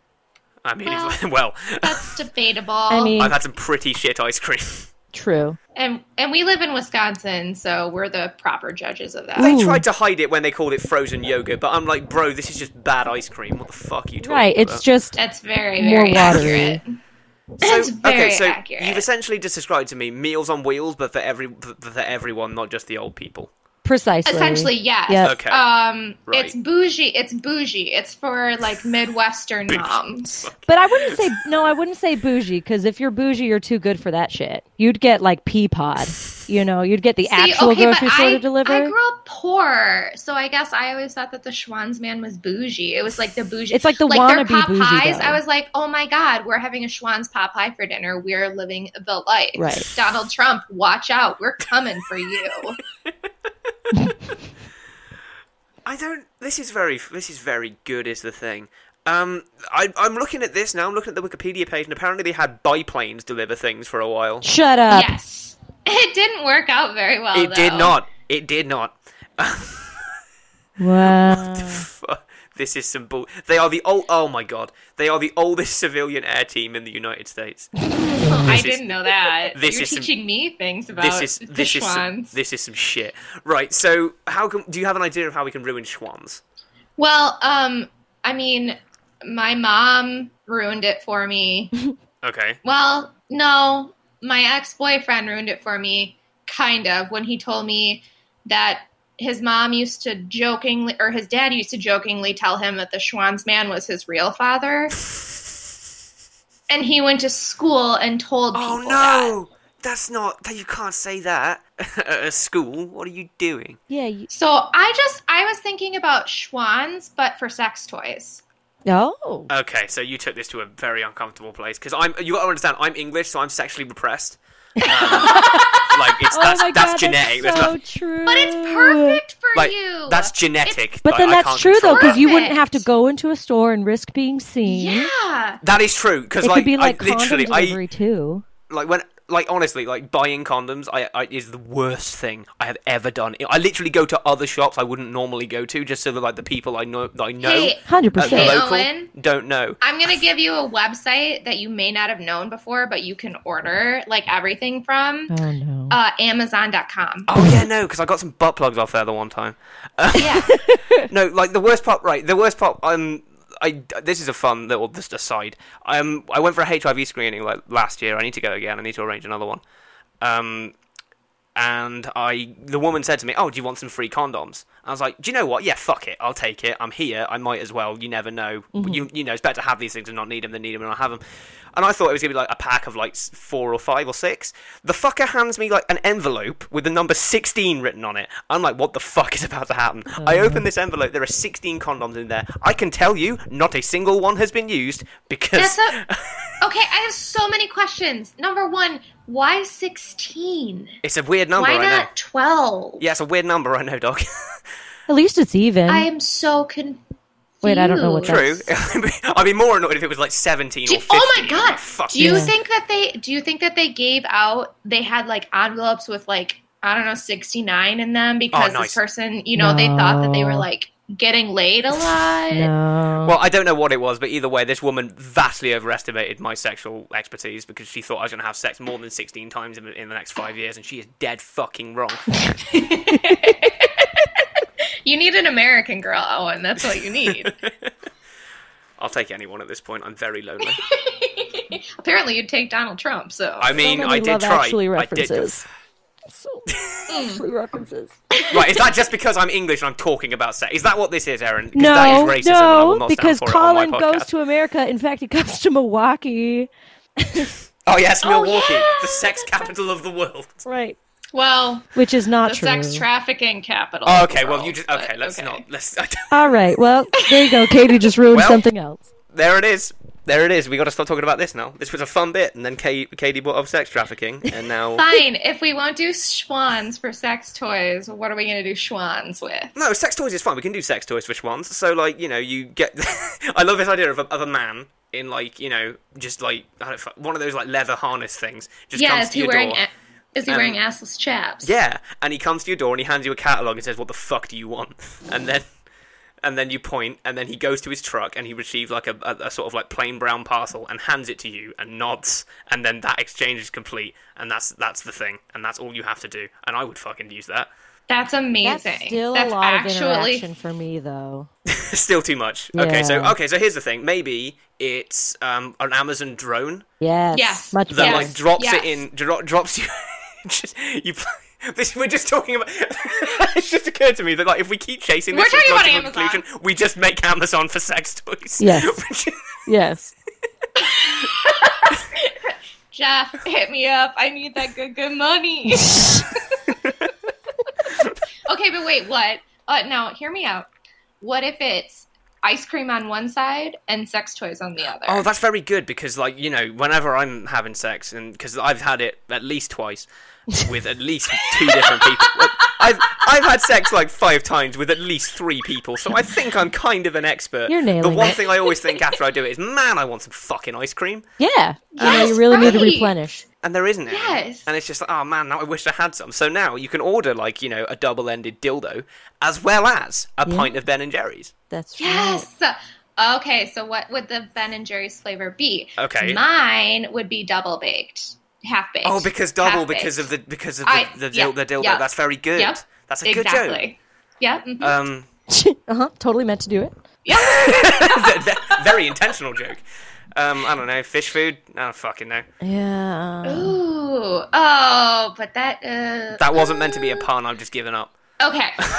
I mean,
well-
well,
That's debatable.
I mean,
I've had some pretty shit ice cream.
true.
and and we live in Wisconsin, so we're the proper judges of that.
They
Ooh.
tried to hide it when they called it frozen yogurt, but I'm like, bro, this is just bad ice cream. What the fuck are you talking
Right?
about?
It's just
That's very,
More
very
watery.
accurate.
So-
That's very
okay, so
accurate.
You've essentially just described to me meals on wheels, but for every for, for everyone, not just the old people.
precisely.
Essentially, yes.
Yes.
Okay.
Um,
Right.
it's bougie. It's bougie. It's for like Midwestern moms.
But I wouldn't say no. I wouldn't say bougie because if you're bougie, you're too good for that shit. You'd get like pea pod. You know, you'd get the actual grocery store
I,
to deliver.
I grew up poor, so I guess I always thought that the Schwanz man was bougie. It was like the bougie.
It's like the
their
wannabe
pop
bougie,
pies.
though.
I was like, oh my god, we're having a Schwanz pop pie for dinner. We're living the life.
Right.
Donald Trump, watch out. We're coming for you.
I don't. This is very. This is very good. Is the thing. Um, I, I'm looking at this now. I'm looking at the Wikipedia page, and apparently they had biplanes deliver things for a while.
Shut up.
yes. It didn't work out very well.
it did
though.
not. It did not.
Wow.
Mm.
Fu- this is some bull. They are the old. Oh my god. They are the oldest civilian air team in the United States.
I
is-
didn't know that.
this
You're
is some-
teaching me things about
this is
the
this is some,
Schwans.
this is some shit. Right. So how can do you have an idea of how we can ruin Schwans?
Well, um, I mean, my mom ruined it for me.
Okay.
well, no, my ex-boyfriend ruined it for me, kind of, when he told me that his mom used to jokingly, or his dad used to jokingly tell him that the Schwanz man was his real father. And he went to school and told
Oh
people that.
no. That's not. that- You can't say that at a school. What are you doing?
Yeah. You,
So I just I was thinking about Schwans, but for sex toys.
oh.
Okay, so you took this to a very uncomfortable place because I'm. You gotta understand, I'm English, so I'm sexually repressed. Um, like it's that's
oh my
that's
god.
genetic.
That's
There's
so
nothing-
true.
But it's perfect for
like
you.
that's genetic.
But
like,
then
I
that's
can't
true though,
control
because
that.
you wouldn't have
Perfect.
to go into a store and risk being seen.
yeah.
That is true because
It
like,
could be like
I
condom
literally I
delivery too.
like when like honestly like buying condoms I, I is the worst thing I have ever done. I literally go to other shops I wouldn't normally go to just so that like the people I know that I know
Hey,
Hundred
at the
Hey,
percent.
local
Owen.
don't know.
I'm gonna give you a website that you may not have known before, but you can order like everything from
Oh no.
uh, Amazon.com.
Oh yeah, no, because I got some butt plugs off there the one time.
Yeah,
No, like the worst part, right? The worst part. Um, I this is a fun little just aside. Um, I went for a HIV screening like last year. I need to go again. I need to arrange another one. Um, and I the woman said to me, "Oh, do you want some free condoms?" I was like, "Do you know what? Yeah, fuck it. I'll take it. I'm here. I might as well. You never know.
Mm-hmm.
You you know, it's better to have these things and not need them than need them and not have them." And I thought it was gonna be like a pack of like s- four or five or six. The fucker hands me like an envelope with the number sixteen written on it. I'm like, "What the fuck is about to happen?" I
Oh.
open this envelope. There are sixteen condoms in there. I can tell you, not a single one has been used because
that's a, okay. I have so many questions. Number one, why 16?
it's a weird number.
Why
I know.
not 12?
Yeah, it's a weird number. I know, dog.
At least it's even.
I am so confused.
Wait, I don't know what
Ew.
that-
True. I'd be more annoyed if it was like 17
Do-
or 15.
oh my god!
Fuck
do you
yeah.
think that they do you think that they gave out they had like envelopes with like I don't know sixty nine in them because
Oh, nice.
this person you know they thought that they were
No.
like getting laid a lot.
No.
Well, I don't know what it was, but either way, this woman vastly overestimated my sexual expertise because she thought I was going to have sex more than 16 times in, in the next five years, and she is dead fucking wrong.
You need an American girl, Owen. That's what you need.
I'll take anyone at this point. I'm very lonely.
Apparently, you'd take Donald Trump. So
I mean,
So
I
many
did
Love
try.
Actually
I did.
references. So
Mm.
many actually references.
Right, is that just because I'm English and I'm talking about sex? Is that what this is, Aaron? 'Cause
No,
that is racism and I will
no,
not stand
because
for it on my
Colin goes
podcast.
to America. In fact, he comes to Milwaukee.
Oh, yes,
Oh,
Milwaukee,
yeah.
the sex capital of the world.
Right.
well,
Which is not
the
true.
sex trafficking capital.
Oh, okay,
of the
well,
world,
you just.
but
Okay, let's not. Let's.
All right. Well, there you go. Katie just ruined
Well-
something else.
There it is. There it is. We got to stop talking about this now. This was a fun bit, and then Katie, Katie brought up sex trafficking, and now
Fine. If we won't do schwans for sex toys, what are we going to do schwans with?
no, sex toys is fine. We can do sex toys for schwans. So like, you know, you get. I love this idea of a, of a man in like, you know, just like I don't, know, one of those like leather harness things. Just
yeah,
comes
is
to
he
your
wearing
door.
a- is he
Um,
wearing assless chaps?
Yeah, and he comes to your door and he hands you a catalog and says, "What the fuck do you want?" And then, and then you point, and then he goes to his truck and he receives like a, a, a sort of like plain brown parcel and hands it to you and nods, and then that exchange is complete, and that's that's the thing, and that's all you have to do. And I would fucking use that.
That's
That's
amazing.
still
That's
a lot
actually
of interaction for me, though.
Still too much. Okay, so
Yeah.
okay, so here's the thing. Maybe it's um, an Amazon drone
Yes.
Yes.
Much
that
better.
like drops
Yes.
it in, dro- drops you. just, you this, we're just talking about. it's just occurred to me that like if we keep chasing this
We're talking about
logical
Amazon.
conclusion, we just make Amazon for sex toys.
Yes.
Which is-
yes.
Jeff, hit me up. I need that good good money. okay, but wait, what? Uh, now, hear me out. What if it's ice cream on one side and sex toys on the other?
oh, that's very good because like you know whenever I'm having sex and because I've had it at least twice with at least two different people. Like, I've I've had sex like five times with at least three people, so I think I'm kind of an expert.
You're
the
nailing
one
it.
thing I always think after I do it is, man, I want some fucking ice cream.
Yeah. yeah
Yes,
you really need to
right.
replenish.
and there isn't any.
Yes.
And it's just like, oh man, now I wish I had some. So now you can order like you know a double-ended dildo as well as a
Yeah.
pint of Ben and Jerry's.
That's right.
yes. Okay, so what would the Ben and Jerry's flavor be?
Okay.
Mine would be double baked, half baked.
Oh, because double because of the because of the,
I-
the,
yeah,
dil- the dildo.
yeah.
That's very good.
Yep.
That's a good joke.
exactly. Yeah. mhm.
Um,
uh huh. Totally meant to do it.
th- th- very intentional joke. Um, I don't know fish food. I don't fucking know.
Yeah. uh,
Ooh. Oh, but that. Uh,
That wasn't meant to be a pun. I've just given up.
Okay. Okay.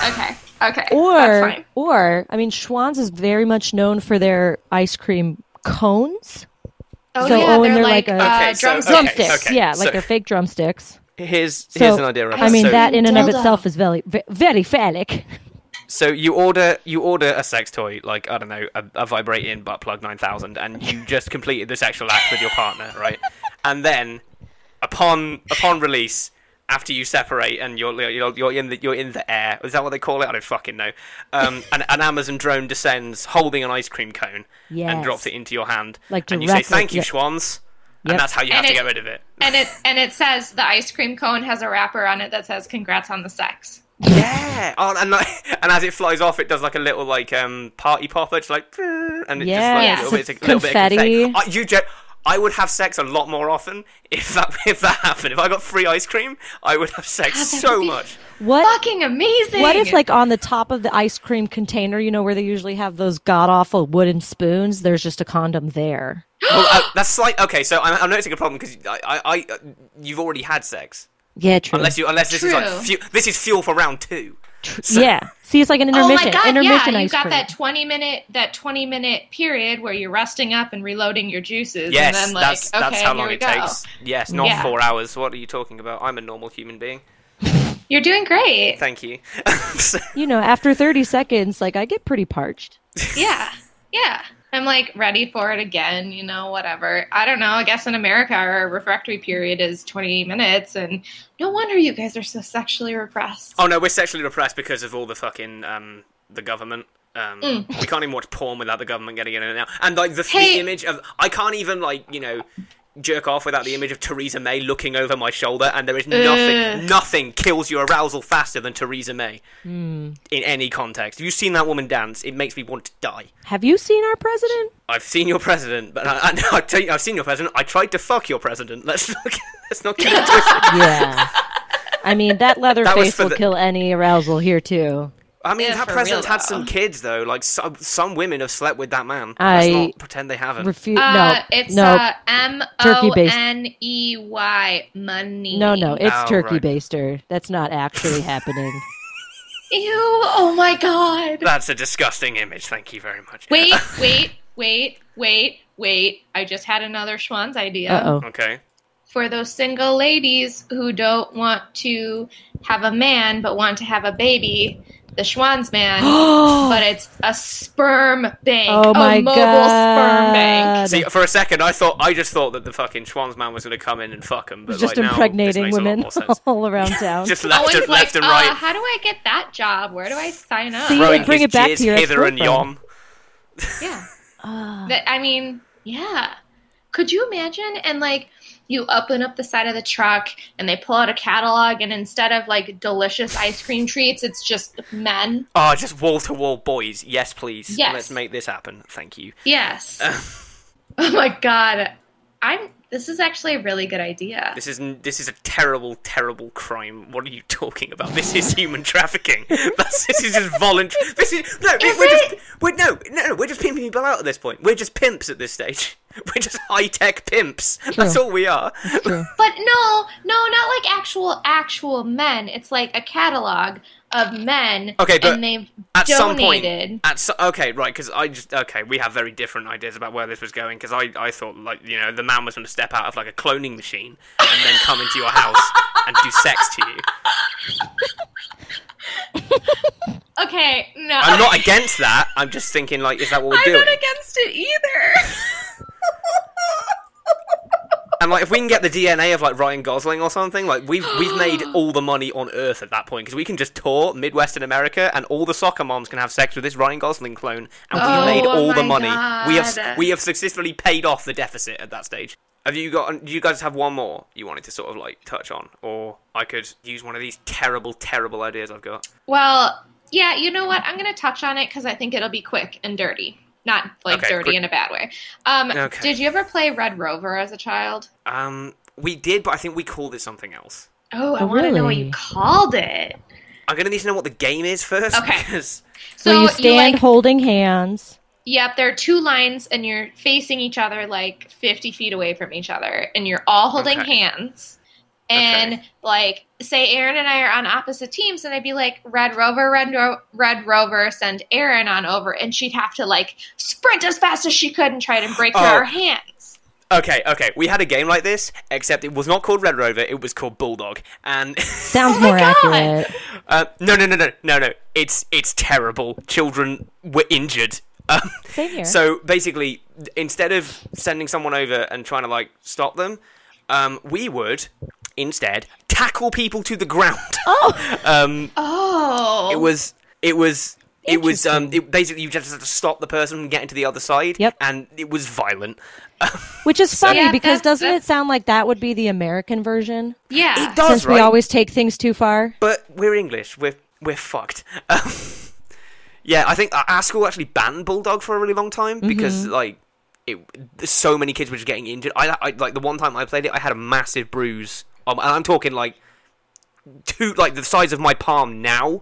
Okay. That's
Or,
fine.
or I mean, Schwann's is very much known for their ice cream cones.
Oh
so,
yeah,
oh, and
they're,
they're
like,
like a-
uh,
Okay, so-
drums.
okay.
drumsticks.
okay,
Yeah, like
so-
they're fake drumsticks.
Here's
So,
here's an idea. Of
I mean,
so,
that in and of
Dildo.
itself is very, ve- very phallic.
So you order you order a sex toy like I don't know a, a vibrating butt plug nine thousand, and you just completed the sexual act with your partner, right? And then upon upon release, after you separate and you're you're, you're in the you're in the air, is that what they call it? I don't fucking know. Um, an, an Amazon drone descends holding an ice cream cone and
Yes.
drops it into your hand,
Like
and you say
directly-
thank you,
yeah.
Schwans,
Yep.
and that's how you have
And
to
it-
get rid of it.
And it and it says the ice cream cone has a wrapper on it that says "Congrats on the sex."
Yeah, oh, and like, and as it flies off, it does like a little like um party popper, just like and it
Yes,
just like a little bit,
it's
it's a little bit of
confetti.
confetti. I, you, jo- I would have sex a lot more often if that if that happened. If I got free ice cream, I would have sex
that
so
would be-
much.
What?
Fucking amazing.
What if, like, on the top of the ice cream container, you know, where they usually have those god awful wooden spoons, there's just a condom there?
well, uh, that's slight. Okay, so I'm, I'm noticing a problem because I, I, I, you've already had sex.
Yeah, true.
Unless you, unless this is
True.
like fuel, this is fuel for round two.
yeah. See, it's like an
Oh
intermission.
my god!
intermission
yeah, you
ice
got
cream.
that twenty minute that twenty minute period where you're resting up and reloading your juices.
Yes,
and then, like,
that's
okay,
that's how
here
long
we
it
go.
takes. Yes, not
Yeah.
four hours. What are you talking about? I'm a normal human being.
You're doing great.
Thank you.
You know, after 30 seconds, like, I get pretty parched.
yeah, yeah. I'm like ready for it again. You know, whatever. I don't know. I guess in America our refractory period is twenty minutes, and no wonder you guys are so sexually repressed.
Oh no, we're sexually repressed because of all the fucking um the government. Um,
Mm.
We can't even watch porn without the government getting in and out. And like the,
Hey.
the image of I can't even like you know jerk off without the image of Theresa May looking over my shoulder. And there is nothing
Ugh.
nothing kills your arousal faster than Theresa May
Hmm.
in any context. If you've seen that woman dance, it makes me want to die.
Have you seen our president?
I've seen your president, but I, I, I tell you, I've seen your president. I tried to fuck your president. Let's not, let's not get into it.
Yeah. I mean, that leather
That was
face
for
will
the-
kill any arousal here too.
I mean,
Yeah,
that
for
president's
real,
had
though.
some kids though. Like some some women have slept with that man.
I-
Let's not pretend they haven't.
Refu-
Uh,
no,
it's
no,
uh, M O
based.
N E Y money.
no, no. It's
Oh,
turkey
right.
baster. That's not actually happening.
Ew! Oh my god!
That's a disgusting image. Thank you very much.
Wait, wait, wait, wait, wait! I just had another Schwann's idea
Uh oh.
okay.
for those single ladies who don't want to have a man but want to have a baby. The Schwann's man, but it's a sperm bank,
oh my
a mobile
god.
sperm bank.
See, for a second, I thought I just thought that the fucking Schwanz man was going to come in and fuck him, but like,
just
now,
impregnating
this makes A lot
women
more sense.
all around town.
just left,
Always
just left and
uh,
right,
How do I get that job? Where do I sign up?
See,
throwing
Bring
his
it back to
jizz
your
hither and yon.
ex-girlfriend.
Yeah.
Ah.
That I mean, yeah. Could you imagine? And like, you open up the side of the truck, and they pull out a catalog, and instead of like delicious ice cream treats, it's just men.
Oh, just wall to wall boys. Yes, please.
Yes.
Let's make this happen. Thank you.
Yes.
Uh.
oh my god, I'm. This is actually a really good idea.
This is n- this is a terrible, terrible crime. What are you talking about? This is human trafficking. That's, this is just voluntary. This is no.
Is
we're
it?
just we're, no, no, no. We're just pimping people out at this point. We're just pimps at this stage. We're just high tech pimps. That's all we are.
But no, no, not like actual actual men. It's like a catalog of men.
Okay, but
and they've
At some point,
donated.
at so, okay, right? Because I just okay, we have very different ideas about where this was going. Because I, I thought like you know the man was going to step out of like a cloning machine and then come into your house and do sex to you.
Okay, no,
I'm not against that. I'm just thinking like, is that what we're
I'm
doing?
not against it either.
And like, if we can get the DNA of like Ryan Gosling or something, like we've we've made all the money on earth at that point because we can just tour Midwestern America, and all the soccer moms can have sex with this Ryan Gosling clone, and we
Oh,
made all
my
the money. We have
God.
we have successfully paid off the deficit at that stage. Have you got? Do you guys have one more you wanted to sort of like touch on, or I could use one of these terrible, terrible ideas I've got?
Well, yeah, you know what? I'm going to touch on it because I think it'll be quick and dirty. Not like
Okay,
dirty
quick.
in a bad way. Um,
Okay.
Did you ever play Red Rover as a child?
Um, we did, but I think we called it something else.
Oh, I
Oh,
want to know what
really?
you called it.
I'm gonna need to know what the game is first.
Okay.
Because
So
Where you
you,
stand
like,
holding hands.
yep, there are two lines and you're facing each other like 50 feet away from each other and you're all holding
Okay.
hands. And like, say Aaron and I are on opposite teams, and I'd be like, Red Rover, Red, Ro- Red Rover, send Aaron on over, and she'd have to like sprint as fast as she could and try to break through
Oh.
our hands.
Okay, okay. We had a game like this, except it was not called Red Rover. It was called Bulldog. And
Sounds
Oh my
more
God.
accurate.
uh, no, no, no, no, no, no. It's it's terrible. Children were injured. Um,
Same here.
so basically, instead of sending someone over and trying to like stop them, um, we would instead tackle people to the ground.
oh,
Um,
Oh,
it was it was it was um it, basically you just had to stop the person from getting to the other side.
Yep.
And it was violent.
which is funny
Yeah,
because
that's-
doesn't it
that's-
sound like that would be the American version?
yeah.
It does
Ah. Since we
right?
always take things too far.
but we're English. We're we're fucked. Um, yeah, I think uh, our- our school actually banned bulldog for a really long time because like it, so many kids were just getting injured. I, I like the one time I played it, I had a massive bruise. Um, and I'm talking like two, like the size of my palm now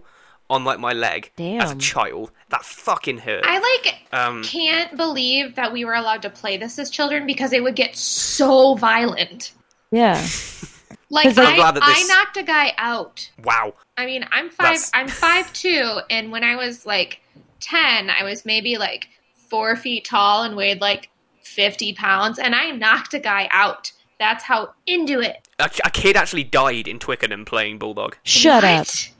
on like my leg as a
Damn.
child. That fucking hurt.
I like
Um,
can't believe that we were allowed to play this as children because it would get so violent.
Yeah.
Like
I'm
I,
glad that
I
this-
knocked a guy out.
wow.
I mean, I'm five.
That's-
I'm five two, and when I was like ten, I was maybe like four feet tall and weighed like fifty pounds, and I knocked a guy out. That's how into it.
A, a kid actually died in Twickenham playing bulldog.
Shut up.
What?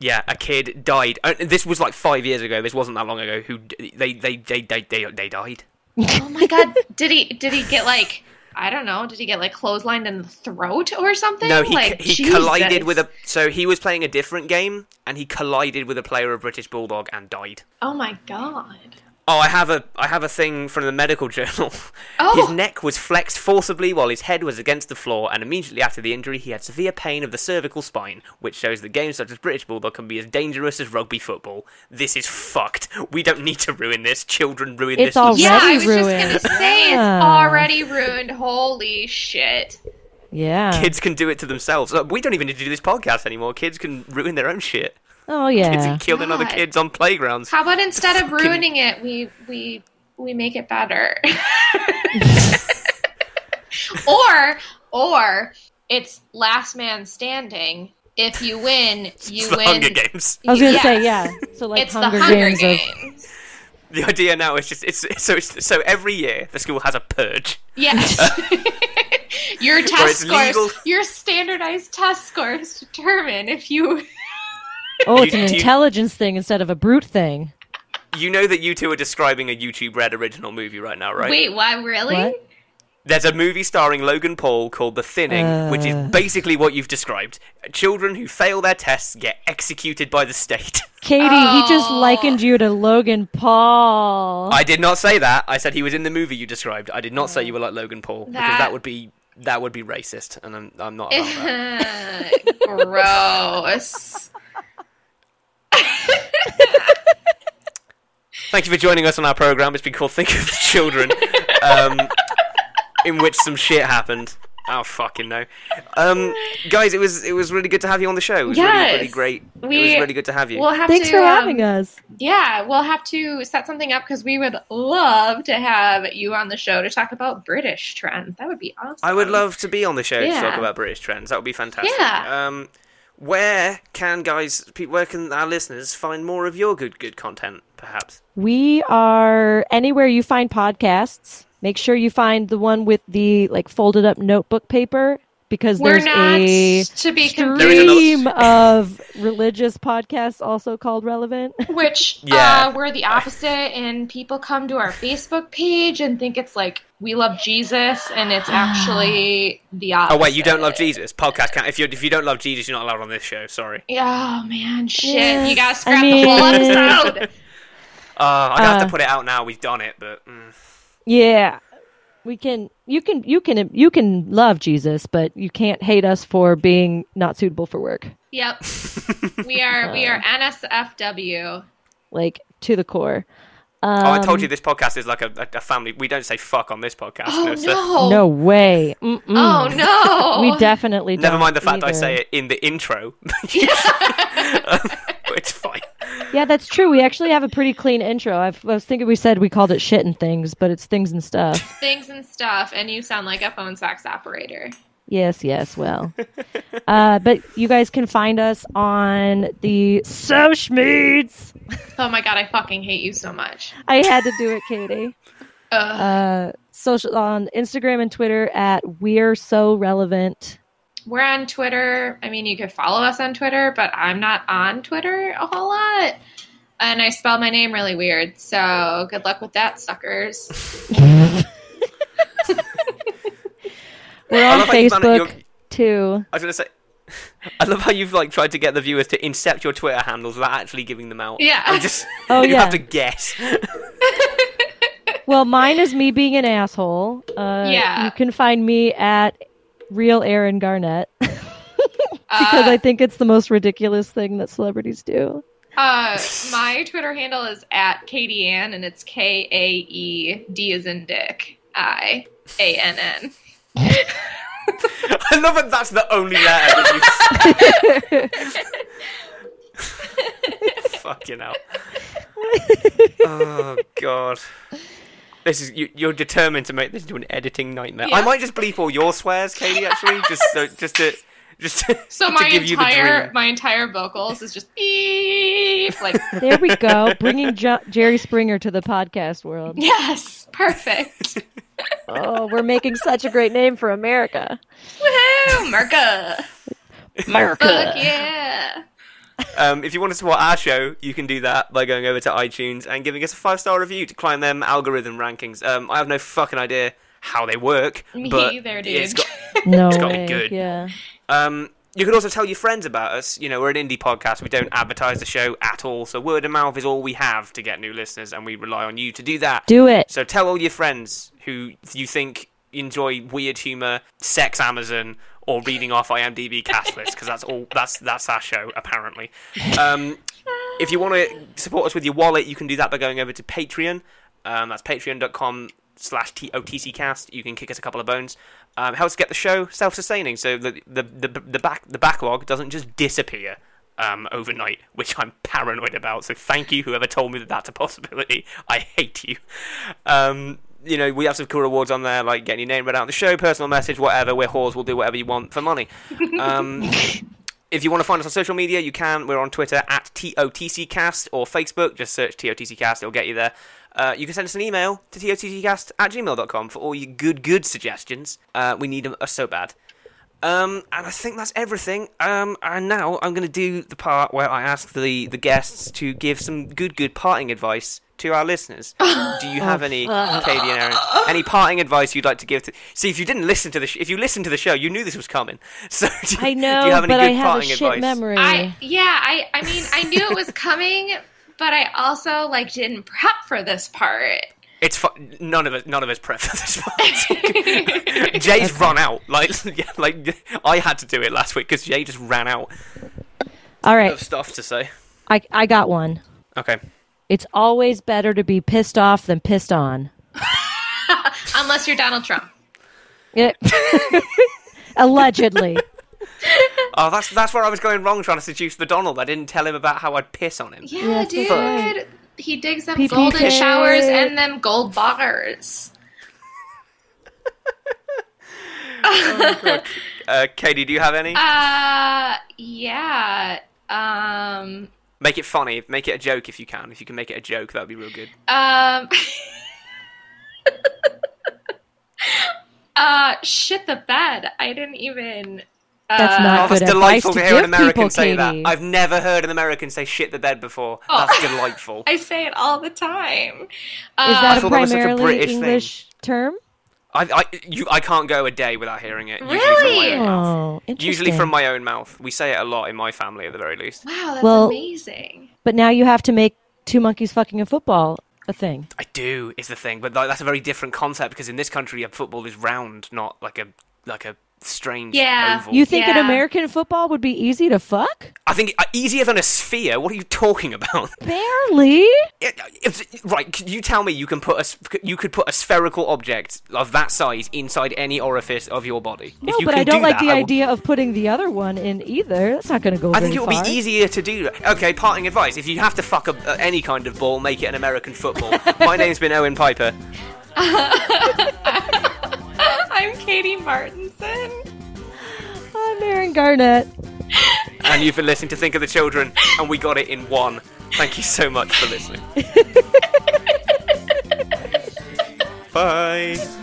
Yeah, a kid died. Uh, This was like five years ago. This wasn't that long ago. Who d- they they they they they, they died.
Oh my god! did he? Did he get like I don't know. Did he get like clotheslined in the throat or something?
No, he,
like,
he
Jesus.
collided with a. So he was playing a different game, and he collided with a player of British Bulldog and died.
Oh my god.
Oh, I have a I have a thing from the medical journal.
Oh.
His neck was flexed forcibly while his head was against the floor, and immediately after the injury, he had severe pain of the cervical spine, which shows that games such as British Bulldog can be as dangerous as rugby football. This is fucked. We don't need to ruin this. Children ruin
It's
this.
all-
Yeah, I
Already
was
ruined.
just gonna say
Yeah.
it's already ruined. Holy shit.
Yeah.
Kids can do it to themselves. Look, We don't even need to do this podcast anymore. Kids can ruin their own shit.
Oh
Kids
yeah.
can kill other
God.
kids on playgrounds.
How about instead of
Fucking-
ruining it, we we we make it better. or or it's last man standing. If you win, you
It's the
win.
Hunger Games.
I was gonna say yeah.
Yes.
So like
it's
Hunger,
the Hunger
Games.
Games.
Of,
The idea now is just it's so it's, so every year the school has a purge.
Yes. your
it's
test scores,
legal.
your standardized test scores determine if you.
oh, it's
You-
an
do you-
intelligence thing instead of a brute thing.
You know that you two are describing a YouTube Red original movie right now, right?
Wait, why? Really?
What?
There's a movie starring Logan Paul called The Thinning, which is
Uh.
basically what you've described. Children who fail their tests get executed by the state.
Katie, he just
Oh.
likened you to Logan Paul.
I did not say that. I said he was in the movie you described. I did not say you were like Logan Paul because
Oh. That-
that would be that would be racist, and I'm I'm not about that.
Uh, Gross.
Thank you for joining us on our program. It's been called Think of the Children, um, in which some shit happened. Oh fucking no, um, guys! It was it was really good to have you on the show. It was really really
Yes.
great. it was
We-
really good to have you.
We'll have
Thanks
to,
for
um,
having us.
Yeah, we'll have to set something up because we would love to have you on the show to talk about British trends. That would be awesome.
I would love to be on the show to
Yeah.
talk about British trends. That would be fantastic.
Yeah.
Um, where can guys? pe- Where can our listeners find more of your good good content? Perhaps.
We are anywhere you find podcasts. Make sure you find the one with the like folded up notebook paper because
We're
there's
not
a
to be
There is another-
confused,
stream of religious podcasts also called relevant.
which
Yeah.
uh, we're the opposite, and people come to our Facebook page and think it's like we love Jesus, and it's actually the opposite.
Oh wait, you
Uh,
don't love Jesus podcast. Can- if you if you don't love Jesus, you're not allowed on this show. Sorry.
Yeah, Oh man, shit!
Yeah.
You gotta
I
scrap the whole
mean-
episode.
Uh, I have to
Uh.
put it out now. We've done it, but mm.
Yeah. We can you can you can you can love Jesus, but you can't hate us for being not suitable for work.
yep, we are we are NSFW.
Like to the core. Um,
oh, I told you this podcast is like a, a, a family. We don't say fuck on this podcast.
Oh
sir.
no!
No way. Mm-mm.
Oh no!
We definitely
Never
don't
mind the fact I
either.
say it in the intro. it's fine.
Yeah, that's true. We actually have a pretty clean intro. I've, I was thinking we said we called it shit and things, but it's things and stuff.
things and stuff, and you sound like a phone sex operator.
yes, yes, well. uh, but you guys can find us on the Sochmeets.
Oh my god, I fucking hate you so much.
I had to do it, Katie.
Ugh.
Uh, social on Instagram and Twitter at We're So Relevant.
We're on Twitter. I mean, you could follow us on Twitter, but I'm not on Twitter a whole lot. And I spell my name really weird, so good luck with that, suckers.
We're
I
on
love how you found it-
Facebook
you're-
too.
I was gonna say, I love how you've like tried to get the viewers to incept your Twitter handles without actually giving them out.
Yeah.
I just
Oh,
you
yeah.
have to guess.
Well, mine is me being an asshole. Uh,
Yeah.
You can find me at Real Aaron Garnett. because I
Uh,
think it's the most ridiculous thing that celebrities do.
uh, my Twitter handle is at Katie Ann, and it's K A E D as in Dick I A N N.
I love that. That's the only letter. That you... Fucking hell! Oh god. This is you, you're determined to make this into an editing nightmare. I
Yeah.
might just bleep all your swears, Katie. Actually, just so, just to just to,
So
to
my
give you the
entire
dream.
my entire vocals is just beep like
There we go, bringing jo- Jerry Springer to the podcast world.
yes, perfect.
Oh, we're making such a great name for America.
Woohoo, Merca. Fuck
America.
yeah.
Um, if you want to support our show, you can do that by going over to iTunes and giving us a five star review to climb them algorithm rankings. Um, I have no fucking idea how they work.
Me
but
either,
It's
dude.
got,
No
It's gotta be
way.
good.
Yeah.
um, you can also tell your friends about us. You know, we're an indie podcast. We don't advertise the show at all. So word of mouth is all we have to get new listeners, and we rely on you to do that.
Do it.
So tell all your friends who you think enjoy weird humor, sex Amazon, or reading off IMDb cast lists because that's all that's that's our show apparently. Um, if you want to support us with your wallet, you can do that by going over to Patreon. Um, that's patreon.com slash totccast. You can kick us a couple of bones. Um, helps get the show self-sustaining, so the the the, the back the backlog doesn't just disappear. Um, overnight, which I'm paranoid about. So thank you, whoever told me that that's a possibility. I hate you. Um, you know, we have some cool rewards on there, like getting your name read out on the show, personal message, whatever. We're whores. We'll do whatever you want for money. Um, if you want to find us on social media, you can. We're on Twitter at TOTCcast or Facebook. Just search TOTCcast, it'll get you there. Uh, you can send us an email to TOTCcast at gmail.com for all your good, good suggestions. Uh, we need them uh, so bad. Um, and I think that's everything. Um, and now I'm going to do the part where I ask the, the guests to give some good, good parting advice to our listeners. Do you have any, Katie and Aaron, any parting advice you'd like to give to? See, if you didn't listen to the, sh- if you listened to the show, you knew this was coming. So do you,
I know,
do you have any
but
good
I have a
parting
shit
advice?
memory.
I yeah, I I mean, I knew it was coming, but I also like didn't prep for this part.
It's fu- none of us. None of us prep for this part. Jay's run out. Like, yeah, like I had to do it last week because Jay just ran out
All right.
of stuff to say.
I I got one.
Okay.
It's always better to be pissed off than pissed on.
Unless you're Donald Trump.
It- Allegedly.
Oh, that's that's where I was going wrong trying to seduce the Donald. I didn't tell him about how I'd piss on him.
Yeah,
Yes,
dude.
that's
He digs them
PPK.
golden showers and them gold bars.
Uh, Katie, do you have any?
Uh yeah. Um
make it funny. Make it a joke if you can. If you can make it a joke, that'd be real good.
um Uh shit the bed. I didn't even uh,
That's not
Oh, that's
good
delightful to
advice to
hear an
give
American
people,
say that.
Katie.
I've never heard an American say shit the bed before.
Oh.
That's delightful.
I say it all the time.
Is
Uh,
that
I
a
thought that was such a
primarily
British thing.
English term?
I, I, you, I can't go a day without hearing it. Usually from my
Really?
own mouth.
Oh, interesting.
Usually from my own mouth. We say it a lot in my family, at the very least.
wow, that's
Well-
amazing.
But now you have to make two monkeys fucking a football a thing.
I do is the thing, but like, that's a very different concept because in this country, a football is round, not like a like a strange
Yeah.
oval.
You think an
Yeah.
American football would be easy to fuck?
I think uh, easier than a sphere. What are you talking about?
Barely.
It- it's- right? could You tell me you can put a s- you could put a spherical object of that size inside any orifice of your body.
No,
if you
but
can
I don't
do
like
that,
the
I will-
idea of putting the other one in either. That's not going to go
I
very
think it would
far.
be easier to do. that. Okay, parting advice: if you have to fuck a, uh, any kind of ball, make it an American football. My name's been Owen Piper.
I'm Katie Martinson.
I'm Aaron Garnett.
and you've been listening to Think of the Children, and we got it in one. Thank you so much for listening. Bye.